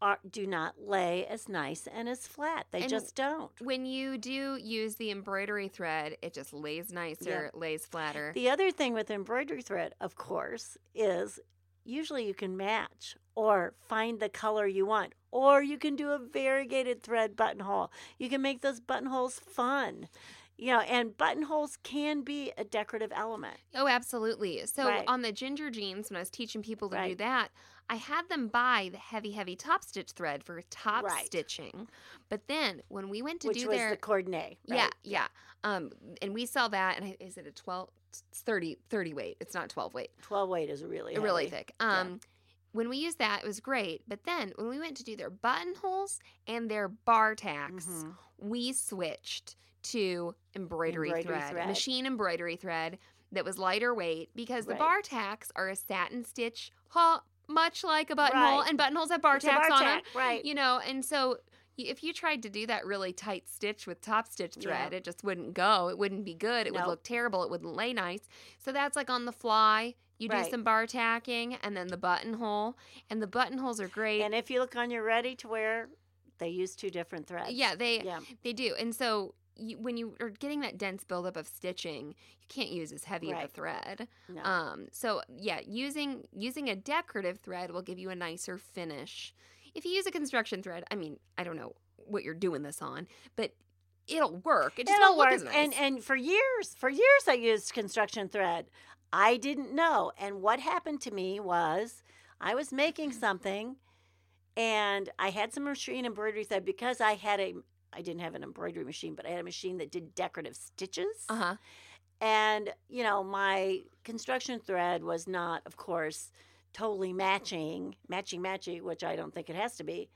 [SPEAKER 4] are do not lay as nice and as flat. They
[SPEAKER 3] And-
[SPEAKER 4] just don't.
[SPEAKER 3] When you do use the embroidery thread, it just lays nicer, lays flatter.
[SPEAKER 4] The other thing with embroidery thread, of course, is usually you can match or find the color you want, or you can do a variegated thread buttonhole. You can make those buttonholes fun. You know, and buttonholes can be a decorative element.
[SPEAKER 3] Oh, absolutely. So
[SPEAKER 4] Right.
[SPEAKER 3] on the ginger jeans, when I was teaching people to do
[SPEAKER 4] Right.
[SPEAKER 3] that, I had them buy the heavy, heavy top stitch thread for top
[SPEAKER 4] Right.
[SPEAKER 3] stitching. But then when we went to
[SPEAKER 4] which
[SPEAKER 3] do
[SPEAKER 4] was
[SPEAKER 3] their
[SPEAKER 4] the cordonnet. Right?
[SPEAKER 3] yeah, yeah, um, and we saw that, and I, is it a 12, it's 30, 30 weight? It's not twelve weight,
[SPEAKER 4] 12 weight is really heavy.
[SPEAKER 3] really thick. Um, when we used that, it was great. But then when we went to do their buttonholes and their bar tacks,
[SPEAKER 4] Mhm.
[SPEAKER 3] we switched to embroidery,
[SPEAKER 4] Embroidery
[SPEAKER 3] thread,
[SPEAKER 4] thread.
[SPEAKER 3] machine embroidery thread that was lighter weight because the
[SPEAKER 4] Right.
[SPEAKER 3] bar tacks are a satin stitch, huh, much like a buttonhole,
[SPEAKER 4] Right.
[SPEAKER 3] and buttonholes have bar
[SPEAKER 4] It's a
[SPEAKER 3] tacks on
[SPEAKER 4] tack, Right.
[SPEAKER 3] them, you know. And so y- if you tried to do that really tight stitch with top stitch thread, it just wouldn't go. It wouldn't be good. It
[SPEAKER 4] Nope.
[SPEAKER 3] would look terrible. It wouldn't lay nice. So that's like on the fly. You
[SPEAKER 4] Right.
[SPEAKER 3] do some bar tacking and then the buttonhole, and the buttonholes are great.
[SPEAKER 4] And if you look on your ready to wear, they use two different threads.
[SPEAKER 3] yeah, they
[SPEAKER 4] Yeah.
[SPEAKER 3] They do. And so you, when you are getting that dense buildup of stitching, you can't use as heavy of a
[SPEAKER 4] Right.
[SPEAKER 3] thread.
[SPEAKER 4] No.
[SPEAKER 3] Um, so yeah, using using a decorative thread will give you a nicer finish. If you use a construction thread, I mean, I don't know what you're doing this on, but it'll work. It just
[SPEAKER 4] It'll
[SPEAKER 3] won't look
[SPEAKER 4] work.
[SPEAKER 3] as nice.
[SPEAKER 4] And and for years, for years I used construction thread. I didn't know. And what happened to me was I was making
[SPEAKER 3] Mm-hmm.
[SPEAKER 4] something and I had some machine embroidery thread because I had a I didn't have an embroidery machine, but I had a machine that did decorative stitches.
[SPEAKER 3] uh huh.
[SPEAKER 4] And, you know, my construction thread was not, of course, totally matching, matchy matchy, which I don't think it has to be,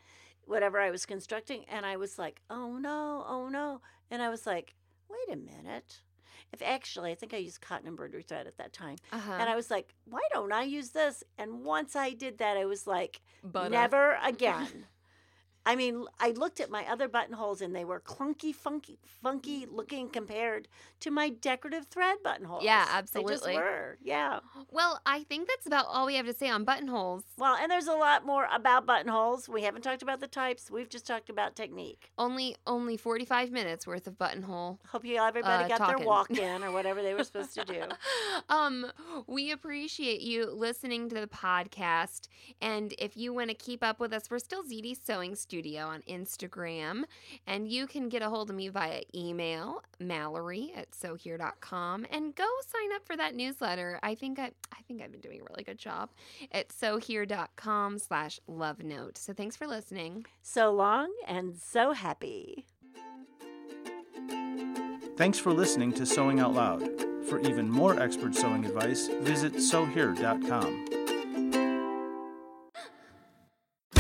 [SPEAKER 4] whatever I was constructing. And I was like, oh no, oh no. And I was like, wait a minute. If actually, I think I used cotton embroidery thread at that time.
[SPEAKER 3] Uh huh.
[SPEAKER 4] And I was like, why don't I use this? And once I did that, I was like,
[SPEAKER 3] Butter. <laughs>
[SPEAKER 4] Never again. I mean, l- I looked at my other buttonholes and they were clunky, funky, funky looking compared to my decorative thread buttonholes. They just
[SPEAKER 3] absolutely.
[SPEAKER 4] were. Yeah.
[SPEAKER 3] Well, I think that's about all we have to say on buttonholes.
[SPEAKER 4] Well, and there's a lot more about buttonholes. We haven't talked about the types. We've just talked about technique.
[SPEAKER 3] Only only 45 minutes worth of buttonhole.
[SPEAKER 4] Hope you everybody
[SPEAKER 3] Uh,
[SPEAKER 4] got
[SPEAKER 3] talking.
[SPEAKER 4] their walk in or
[SPEAKER 3] <laughs>
[SPEAKER 4] whatever they were supposed to do.
[SPEAKER 3] um, we appreciate you listening to the podcast. And if you want to keep up with us, we're still ZD Sewing Studio on Instagram. And you can get a hold of me via email, Mallory at sewhere.com. And go sign up for that newsletter. I think I I think I've been doing a really good job at sewhere.com slash love note. So thanks for listening.
[SPEAKER 4] So long and so happy.
[SPEAKER 1] Thanks for listening to Sewing Out Loud. For even more expert sewing advice, visit sewhere.com.